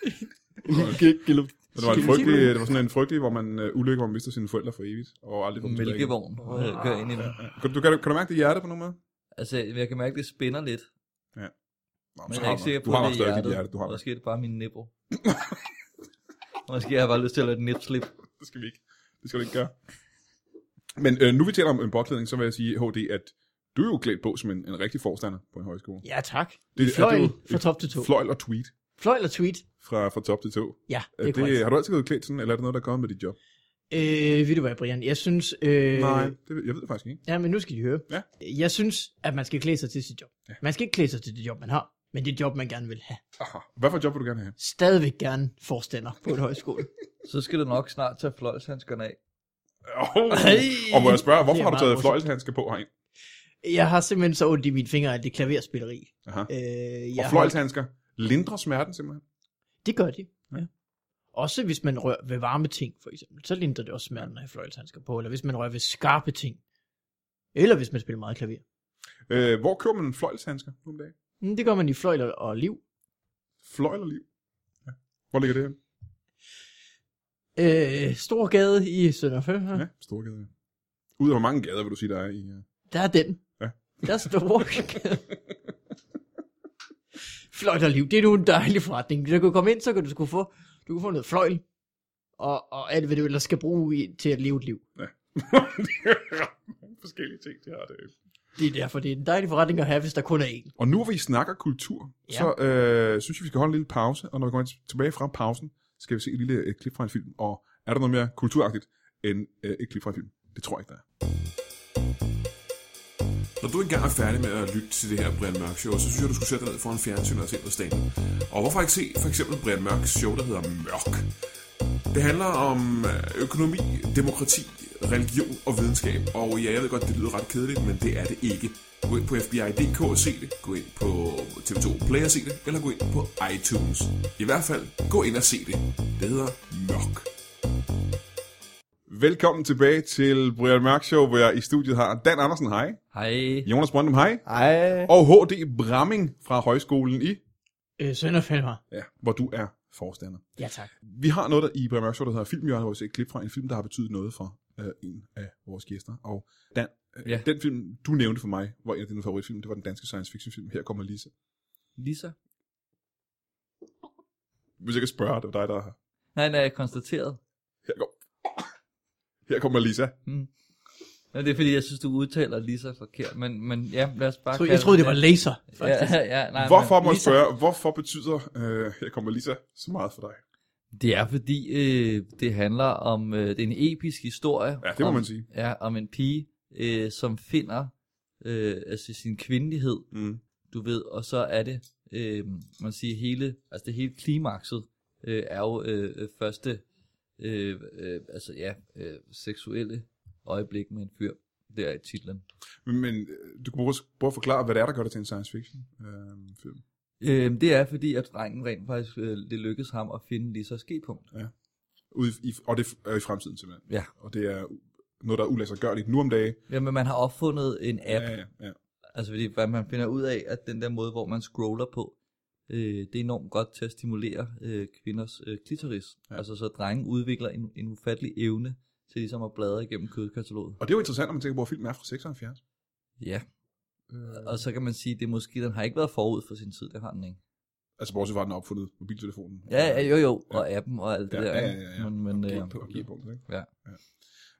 S3: Gik, gik,
S1: Men det var, en frygtelig, det var sådan en frygtelig, hvor man uh, ulykke, hvor man mister sine forældre for evigt, og aldrig får dem tilbage.
S2: Mælkevogn øh, kører ind i den.
S1: Kan du, kan, du, kan du mærke det i hjertet på nogen måde?
S2: Altså, jeg kan mærke, det spænder lidt.
S1: Nå,
S2: Men
S1: så
S2: jeg er
S1: har
S2: ikke
S1: du-
S2: sikker
S1: du
S2: på,
S1: har
S2: det
S1: nok
S2: er
S1: stadig
S2: hjertet.
S1: dit hjerte, du har nok.
S2: Måske er det bare min nipple. Måske har jeg bare lyst til at lade et nipslip.
S1: Det skal vi ikke. Det skal du ikke gøre. Men øh, nu vi taler om en påklædning, så vil jeg sige, HD, at du er jo klædt på som en, en rigtig forstander på en højskole.
S5: Ja, tak.
S1: Det, er-
S5: Fløjl
S1: er du-
S5: fra top til to.
S1: Fløjl og tweet
S5: Fløj eller tweet?
S1: fra, fra top til to.
S5: Ja,
S1: Er
S5: det er
S1: det,
S5: korrekt.
S1: har du altid været klædt sådan, eller er det noget, der er kommet med dit job?
S5: Øh, ved du hvad, Brian? Jeg synes... Øh,
S1: Nej, det, ved- jeg ved det faktisk ikke.
S5: Ja, men nu skal de høre.
S1: Ja.
S5: Jeg synes, at man skal klæde sig til sit job.
S1: Ja.
S5: Man skal ikke klæde sig til det job, man har, men det job, man gerne vil have.
S1: Aha. Hvad for et job vil du gerne have?
S5: Stadigvæk gerne forstander på et højskole.
S2: så skal du nok snart tage fløjlshandskerne af.
S1: Oh. Og må jeg spørge, hvorfor
S5: Det er
S1: har du
S5: meget
S1: taget
S5: morsomt.
S1: fløjlshandsker på herind?
S5: Jeg har simpelthen så ondt i mine fingre, at det er klaverspilleri.
S1: Aha.
S5: Øh,
S1: Og
S5: jeg har,
S1: fløjlshandsker lindrer smerten simpelthen.
S5: det gør det. Ja. Også hvis man rører ved varme ting, for eksempel, så lindrer det også smerten at have fløjlshandsker på. Eller hvis man rører ved skarpe ting. Eller hvis man spiller meget klaver.
S1: Øh, hvor køber man fløjlshandsker nu om dagen?
S5: Mm, Det gør man i fløjl og- og liv.
S1: Fløjlerliv. Ja. Hvor ligger det her?
S5: Øh, stor gade i Sønderfø.
S1: Ja, Storgade. Ud af hvor mange gader vil du sige, der er i? øh?
S5: Der er den.
S1: Ja.
S5: Der er stor Fløjt og liv, det er nu en dejlig forretning. Du kan komme ind, så kan du sgu få, du kan få noget fløjl. Og, og alt, hvad du ellers skal bruge i, til at leve et liv.
S1: det er ret mange forskellige ting, det har det.
S5: Det er derfor, det er en dejlig forretning at have, hvis der kun er én.
S1: Og nu hvor vi snakker kultur, ja.
S5: Ja.
S1: så øh, synes jeg, vi skal holde en lille pause. Og når vi kommer tilbage fra pausen, skal vi se et lille øh, klip fra en film. Og er der noget mere kulturagtigt end øh, et klip fra en film? Det tror jeg ikke, der er.
S4: Når du engang er færdig med at lytte til det her Brian Mørk Show, så synes jeg, du skulle sætte dig ned foran fjernsynet og se noget stand. Og hvorfor ikke se for eksempel Brian Mørks show, der hedder Mørk? Det handler om øh, økonomi, demokrati, religion og videnskab. Og ja, jeg ved godt, det lyder ret kedeligt, men det er det ikke. Gå ind på FBI.dk og se det. Gå ind på TV2 Play og se det. Eller gå ind på iTunes. I hvert fald, gå ind og se det. Det hedder Mørk.
S1: Velkommen tilbage til Brian Mørk Show, hvor jeg i studiet har Dan Andersen, hej.
S2: Hej.
S1: Jonas Brøndum, hej.
S3: Ej.
S1: Og H.D. Bramming fra Højskolen i,
S5: Øh, Sønderfælmer.
S1: ja, hvor du er forstander.
S5: Ja, tak.
S1: Vi har noget der i Brian Mørk Show, der hedder Filmhjørnet, hvor vi ser et klip fra en film, der har betydet noget for øh, en af vores gæster. Og Dan, øh, ja.
S2: Ja.
S1: den film, du nævnte for mig, var en af dine favoritfilm. Det var den danske science fiction film. Her kommer Lisa.
S2: Lisa?
S1: Hvis jeg kan spørge, det var dig, der...
S2: Nej, nej, jeg konstateret.
S1: Her, kom... Her kommer Lisa.
S2: Mm. Nå, det er fordi, jeg synes, du udtaler Lisa forkert. Men, men ja, lad os bare...
S5: Jeg troede,
S2: kalde
S5: jeg troede det var
S2: den.
S5: laser. faktisk.
S2: Ja, ja, nej,
S1: Hvorfor må jeg
S5: Lisa-
S1: spørge, hvorfor betyder øh, Her kommer Lisa så meget for dig?
S2: Men, det er fordi, øh, det handler om... Øh, det er en episk historie.
S1: Ja, det må
S2: om,
S1: man sige.
S2: Ja, om en pige, øh, som finder øh, altså sin kvindelighed
S1: Mm.
S2: du ved, og så er det, øh, man siger, hele, altså det hele klimakset øh, er jo øh, øh, første, øh, øh, altså ja, øh, seksuelle øjeblik med en fyr, der er i titlen.
S1: Men, men øh, du kan prøve, prøve at forklare, hvad det er, der gør det til en science fiction øh, film.
S2: Øh, det er fordi, at drengen rent faktisk, øh, det lykkes ham at finde lige så skepunkt.
S1: Ude i, og det er i fremtiden simpelthen.
S2: Ja.
S1: Og det er noget, der er ulassergørligt nu om dagen.
S2: Jamen, man har opfundet en app,
S1: Ja, ja, ja.
S2: altså fordi hvad man finder ud af, at den der måde, hvor man scroller på, øh, det er enormt godt til at stimulere øh, kvinders øh, klitoris.
S1: Ja.
S2: Ja. Altså så drengen udvikler en, en ufattelig evne til ligesom at bladre igennem kødkataloget.
S1: Og det er jo interessant, når man tænker på, at filmen er fra Øh, 76.
S2: Ja. Og så kan man sige, det er måske, den har ikke været forud for sin tid, det har den ikke.
S1: Altså, bortset fra, at den er opfundet mobiltelefonen.
S2: Ja, ja jo jo, og appen og alt det
S1: Ja,
S2: der.
S1: ja,
S2: ikke?
S1: ja, ja.
S2: Men, men,
S1: Ja,
S2: øh,
S1: på, på, ikke?
S2: ja.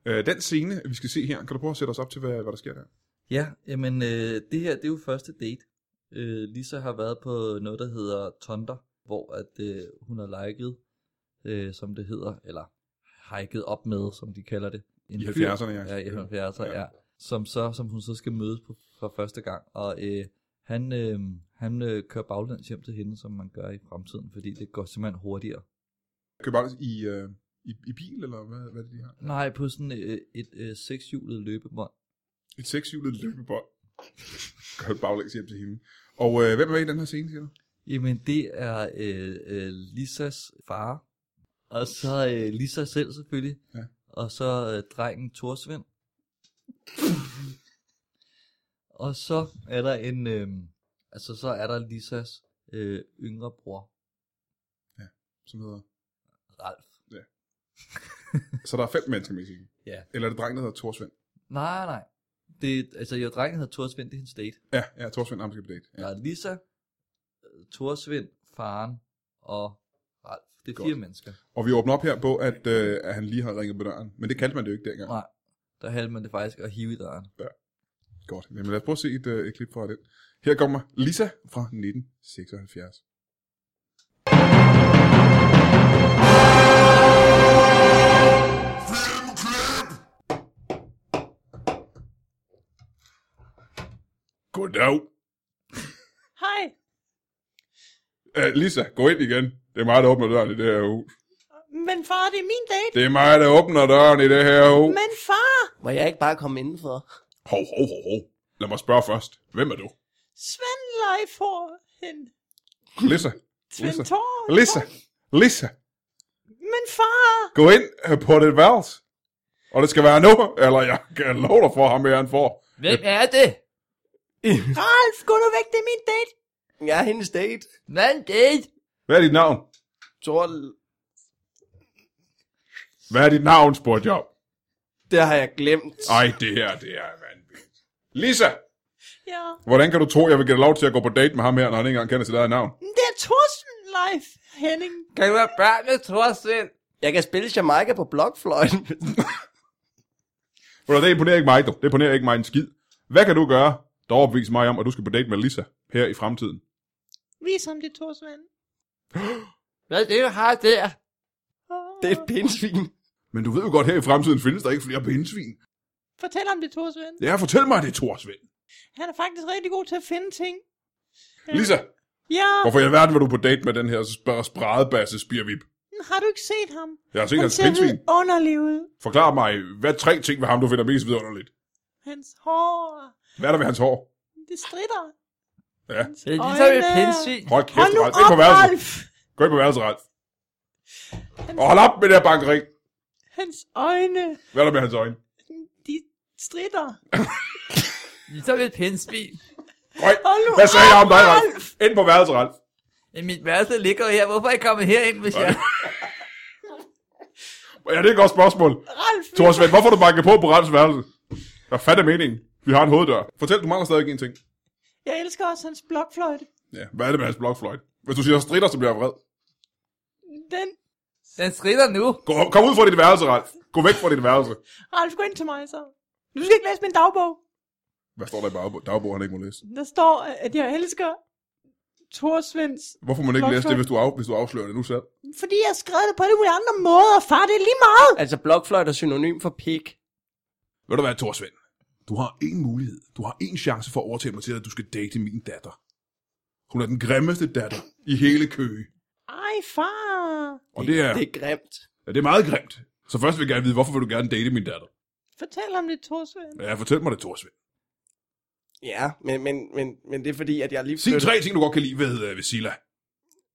S1: Øh, den scene, vi skal se her, kan du prøve at sætte os op til, hvad, hvad der sker der?
S2: ja, jamen øh, det her, det er jo første date. Øh, Lisa har været på noget, der hedder Tonder, hvor at øh, hun har liket, øh, som det hedder, eller hiket op med, som de kalder det. En
S1: I
S2: fyr.
S1: 70'erne, ja.
S2: Ja, i 70'erne,
S1: Ja.
S2: ja. Som, så, som hun så skal mødes på, for første gang. Og øh, han, øh, han øh, kører baglæns hjem til hende, som man gør i fremtiden, fordi det går simpelthen hurtigere.
S1: Køber bare i, øh, i, i bil, eller hvad, hvad er det, de har?
S2: Nej, på sådan øh, et øh, sekshjulet løbebånd.
S1: Et sekshjulet løbebånd. Godt baglæns hjem til hende. Og øh, hvem er med i den her scene, siger du?
S2: Jamen, det er øh, øh, Lisas far, og så øh, Lisa selv selvfølgelig,
S1: Ja.
S2: og så øh, drengen Torsvend. og så er der en, øh, altså så er der Lisas øh, yngre bror,
S1: Som hedder...
S2: Ralf.
S1: Så der er fem mennesker med i scenen.
S2: Ja.
S1: Eller er det drengen, der hedder Torsvend?
S2: Nej, nej. Det, altså, jo, drengen hedder Torsvend, det er hendes date.
S1: Ja, ja, Torsvend Amtske på date.
S2: Ja.
S1: Ja.
S2: Der er Lisa, øh, Torsvend, faren og Ralf. Det er
S1: Godt.
S2: fire mennesker.
S1: Og vi åbner op her på, at, øh, at han lige har ringet på døren. Men det kaldte man det jo ikke dengang.
S2: Nej, der halvede man det faktisk at hive i døren.
S1: Godt. Jamen lad os prøve at se et, øh, et klip fra den. Her kommer Lisa fra 1976. Goddag.
S6: Hej.
S1: Øh, Uh, Lisa, gå ind igen. Det er mig, der åbner døren i det her hus.
S6: Men far, det er min date.
S1: Det er mig, der åbner døren i det her hus.
S6: Men far,
S3: Må jeg ikke bare komme indenfor?
S1: Hov, hov, hov, hov. Lad mig spørge først. Hvem er du?
S6: Svend Leiford, en
S1: Lissa. Lissa.
S6: tventor.
S1: Lissa. Lissa.
S6: Men far,
S1: Gå ind øh, på det værelse. Og det skal være nu, eller jeg kan love dig for ham, jeg får.
S2: Hvem er det?
S6: Ralf, gå nu væk, det er min date.
S3: Jeg er hendes date.
S2: Man date?
S1: Hvad er dit navn?
S3: Torl,
S1: Hvad er dit navn, spurgte jeg.
S3: det har jeg glemt.
S1: Ej, det her, det er vanvittigt. Lisa,
S6: Ja.
S1: hvordan kan du tro, jeg vil give dig lov til at gå på date med ham her, når han ikke engang kender sit eget navn?
S6: Men Det er Torsten Leif Henning.
S2: Kan du være børn med Thorsten?
S3: Jeg kan spille Jamaica på blokfløjten.
S1: For det imponerer ikke mig, du. Det imponerer ikke mig en skid. Hvad kan du gøre, der overbeviser mig om, at du skal på date med Lisa her i fremtiden?
S6: Vis ham det, Tor Svend.
S2: Hvad er det, du har der?
S6: Åh.
S3: det er et pindsvin.
S1: Men du ved jo godt, her i fremtiden findes der ikke flere pindsvin.
S6: Fortæl ham det, Tor Svend.
S1: Ja, fortæl mig det, Torsvend.
S6: Han er faktisk rigtig god til at finde ting.
S1: Lisa,
S6: Ja,
S1: hvorfor i alverden var du på date med den her spr- spradebasse spirvip?
S6: har du ikke set ham?
S1: Jeg har set
S6: Han
S1: hans
S6: ser
S1: pindsvin.
S6: underlig ud.
S1: Forklar mig, hvad tre ting ved ham, du finder mest vidunderligt?
S6: Hans hår,
S1: Hvad er der ved hans hår?
S6: det strider.
S1: Ja.
S2: Det er ligesom et
S6: Øjne.
S2: pindsvin.
S1: Hold
S6: Hold
S1: kæft,
S6: nu
S1: Ralf. Ind
S6: op,
S1: på værelset.
S6: Ralf!
S1: Gå ind på værelset, Ralf. Og hold op med det her bankeri.
S6: Hans øjne,
S1: Hvad er der med hans øjne?
S6: de strider.
S2: Ligesom et pindsvin.
S1: Røg.
S6: Hold nu
S1: Hvad sagde
S6: op,
S1: jeg om dig, Ralf?
S6: Ralf!
S1: Ind på værelset, Ralf.
S2: Men Mit værelse ligger jo her. Hvorfor er I kommet herind, hvis jeg...
S1: Ja, det er et godt spørgsmål.
S6: Ralf, vi-
S1: Thor Svend, hvorfor har du banket på på Ralfs værelse? Hvad fanden er meningen? Vi har en hoveddør. Fortæl, du mangler stadig en ting.
S6: jeg elsker også hans blokfløjte.
S1: Ja, hvad er det med hans blokfløjt? Hvis du siger stritter, så bliver jeg vred.
S6: Den,
S2: Den strider nu.
S1: Gå, kom ud fra dit værelse, Ralf. Gå væk fra dit værelse.
S6: Ralf, gå ind til mig så. Du skal ikke læse min dagbog.
S1: Hvad står der i bagbo- dagbog, han ikke må læse?
S6: Der står, at jeg elsker Torsvends,
S1: Hvorfor må man ikke læse det,
S6: Blokfløjt.
S1: hvis du, af, hvis du afslører det nu selv?
S6: fordi jeg har skrevet det på alle mulige andre måder. Far, det er lige meget.
S3: Altså, blokfløjt er synonym for pik.
S1: Ved du hvad, Thor Svend? Du har én mulighed. Du har én chance for at overtale mig til, at du skal date min datter. Hun er den grimmeste datter i hele Køge.
S6: Ej, far.
S1: Og det er,
S3: Det er grimt.
S1: ja, det er meget grimt. Så først vil jeg gerne vide, hvorfor vil du gerne date min datter?
S6: Fortæl ham det, Torsvend.
S1: Ja, fortæl mig det, Thor Svend.
S3: Ja, men, men, men, men det er fordi, at jeg lige
S1: Sig tre ting, du godt kan lide ved, øh, ved Silla.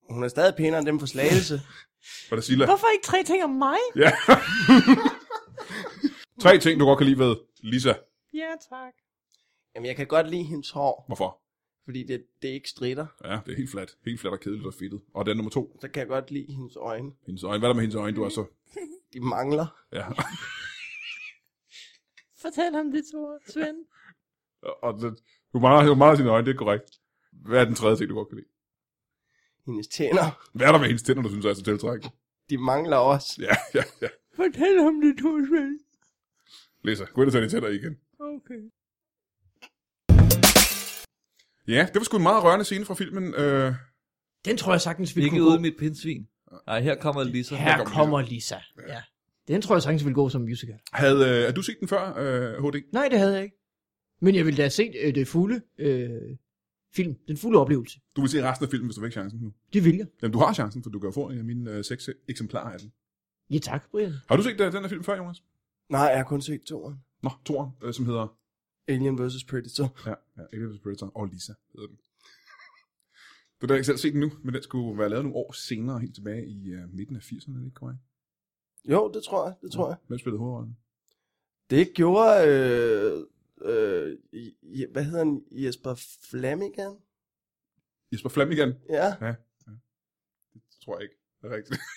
S3: Hun er stadig pænere end dem fra Slagelse.
S1: Var det Silla?
S6: Hvorfor ikke tre ting om mig?
S1: Ja. Tre ting, du godt kan lide ved Lisa.
S6: Ja, tak.
S3: Jamen, jeg kan godt lide hendes hår,
S1: Hvorfor?
S3: fordi det, det ikke strider.
S1: Ja, det er helt fladt. Helt fladt og kedeligt og fedtet. Og den nummer to,
S3: Så kan jeg godt lide hendes øjne.
S1: hendes øjne. Hvad er der med hendes øjne, du er så?
S3: De mangler.
S1: Ja.
S6: Fortæl ham det, Torsvend.
S1: Og det, hun mangler, hun mangler sine øjne, det er korrekt. Hvad er den tredje ting, du godt kan lide?
S3: Hendes tænder.
S1: Hvad er der med hendes tænder, du synes er så tiltrækkende?
S3: De mangler også.
S1: Ja, ja, ja.
S6: Fortæl ham det, Torsvend.
S1: Lisa, gå ind og tage dine tænder i igen.
S6: Okay.
S1: Ja, det var sgu en meget rørende scene fra filmen. Øh,
S5: Den tror jeg sagtens ville
S2: Ikke
S5: kunne
S2: ud
S5: gå.
S2: mit pindsvin. Nej, her kommer Lisa.
S5: Her kommer Lisa. Ja. Den tror jeg sagtens ville gå som musical.
S1: havde, øh, har du set den før, øh, HD?
S5: Nej, det havde jeg ikke. Men jeg ville da have set øh, det fulde øh, film. Den fulde oplevelse.
S1: Du vil se resten af filmen, hvis du fik chancen nu.
S5: Det vil jeg.
S1: Jamen, du har chancen, for du kan jo få en af mine øh, seks eksemplarer af den.
S5: Ja tak, Brian.
S1: Har du set øh, den her film før, Jonas?
S3: Nej, jeg har kun set toeren.
S1: Nå, Toren, øh, som hedder...
S3: Alien vs. Predator.
S1: Ja, ja Alien vs. Predator og Lisa hedder den. Du har da ikke selv set den nu, men den skulle være lavet nogle år senere, helt tilbage i øh, midten af 80'erne, er det ikke korrekt?
S3: Jo, det tror jeg. Det tror jeg.
S1: Hvem spillede hovedrollen?
S3: Det gjorde... Øh, øh, i- i- hvad hedder han? Jesper Flamigan?
S1: Jesper Flanagan.
S3: Ja.
S1: Det tror jeg ikke. Det er rigtigt.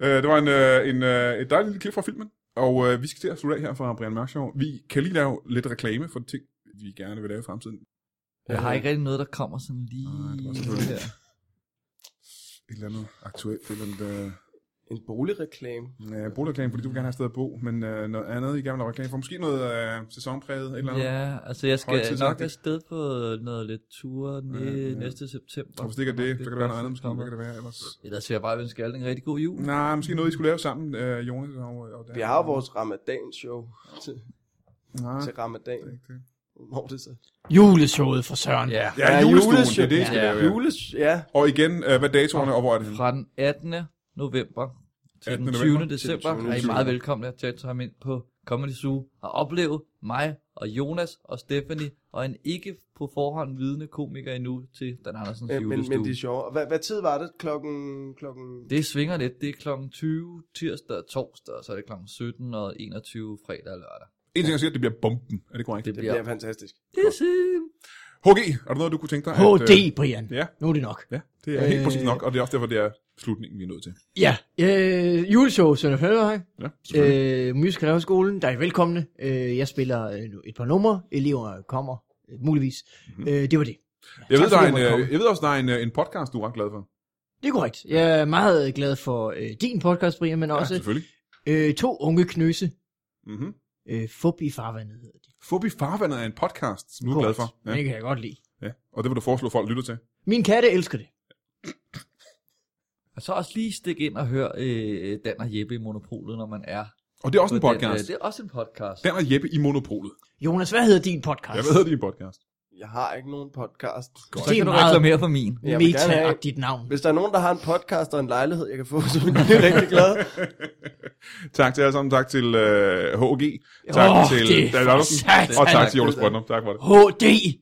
S1: Øh, det var en, øh, en, øh, et dejligt lille klip fra filmen. Og øh, vi skal til at slutte af her fra Brian Mørk Show. Vi kan lige lave lidt reklame for de ting, vi gerne vil lave i fremtiden.
S2: Jeg har ikke rigtig noget, der kommer sådan lige...
S1: Nej, det var selvfølgelig- Et eller andet aktuelt, et eller andet øh,
S3: En boligreklame.
S1: ja, boligreklame, fordi du vil gerne have et sted at bo, men øh, noget andet, I gerne vil lave reklame for. Måske noget øh, sæsonpræget, et eller andet. Yeah.
S2: Ja, altså jeg skal
S1: Højtidsagtigt.
S2: nok afsted på noget lidt tur
S1: Ja,
S2: næ-
S1: ja.
S2: næste september.
S1: Og hvis det ikke er det, så kan det være noget andet, måske. Hvad kan
S2: Kommer.
S1: det være ellers?
S2: Ellers vil jeg bare ønske alle en rigtig god jul.
S1: Nej, måske noget, I skulle lave sammen, øh, Jonas og, og Dan.
S3: Vi har jo vores ramadan-show til,
S1: Nej,
S3: til
S1: det
S3: ramadan.
S1: er ikke det.
S3: Hvor er det så?
S5: Juleshowet for Søren.
S2: Ja.
S1: Ja, julestuen, det er det, I skal
S2: Ja.
S1: lave. ja.
S3: Jules, ja.
S1: Og igen, øh, hvad datoerne og hvor er det henne?
S2: Fra den 18. november til
S1: 18.
S2: den 20.
S1: november.
S2: december.
S3: Til den
S2: Er I
S3: 20.
S2: meget velkomne til at tage ham ind på Comedy Zoo og opleve mig og Jonas og Stephanie og en ikke på forhånd vidende komiker endnu til Dan Andersens
S3: Øh, men, men
S2: julestue.
S3: det er sjovt. Og Hvad, hvad tid var det? Klokken... klokken...
S2: Det svinger lidt. Det er kl. 20 tirsdag og torsdag, og så er det kl. 17 og 21 fredag og lørdag.
S1: En ting er sikkert, det bliver bomben. Er det korrekt?
S2: Det
S3: Det
S2: bliver...
S3: bliver fantastisk.
S2: Det er
S1: HG, er der noget, du kunne tænke dig? at, øh,
S5: HD, Brian.
S1: ja.
S5: Nu er det nok.
S1: Ja, det er helt
S5: Øh,
S1: præcis nok, og det er også derfor, det er slutningen, vi er nødt til.
S5: Ja, øh, juleshow Sønder Fælderhøj.
S1: Ja, selvfølgelig.
S5: Øh, Musical Højskolen, der er I velkomne. Øh, jeg spiller øh, nu et par numre. Elever kommer, øh, muligvis. Mm-hmm. Øh, det var det.
S1: Mhm. jeg, ved,
S5: tak,
S1: der
S5: fordi
S1: er
S5: jeg
S1: en,
S5: måtte komme.
S1: øh, jeg ved også, der er en, øh, en podcast, du er ret glad for.
S5: Det er korrekt. Jeg er meget glad for øh, din podcast, Brian, men
S1: Ja,
S5: også
S1: selvfølgelig.
S5: øh, to unge knøse.
S1: Mm-hmm.
S5: Øh, Fup i farvandet hedder det.
S1: Fubi Farvandet er en podcast, som du er glad for.
S5: Ja.
S1: Ja,
S5: Det kan jeg godt lide.
S1: ja. Og det vil du foreslå, at folk lytter til.
S5: Min katte elsker det.
S2: Og så også lige stikke ind og høre øh, Dan og Jeppe i Monopolet, når man er.
S1: Og det er også
S2: på
S1: en podcast.
S2: Den, øh, det er også en podcast.
S1: Dan og Jeppe i Monopolet.
S5: Jonas, hvad hedder din podcast?
S1: Jeg ved, det er en podcast.
S3: Jeg har ikke nogen podcast.
S2: så
S5: det er
S2: kan du
S5: meget-
S2: reklamere for min.
S3: Jeg vil gerne have-
S5: Meta-agtigt navn.
S3: Hvis der er nogen, der har en podcast og en lejlighed, jeg kan få, så bliver jeg rigtig glad.
S1: Tak til jer alle sammen. Tak til øh, HG. Tak
S5: Åh,
S1: til
S5: det er
S1: Dan
S5: for
S1: Andersen.
S5: satan.
S1: Og tak til Jonas Brøndum. Tak for det.
S5: HD!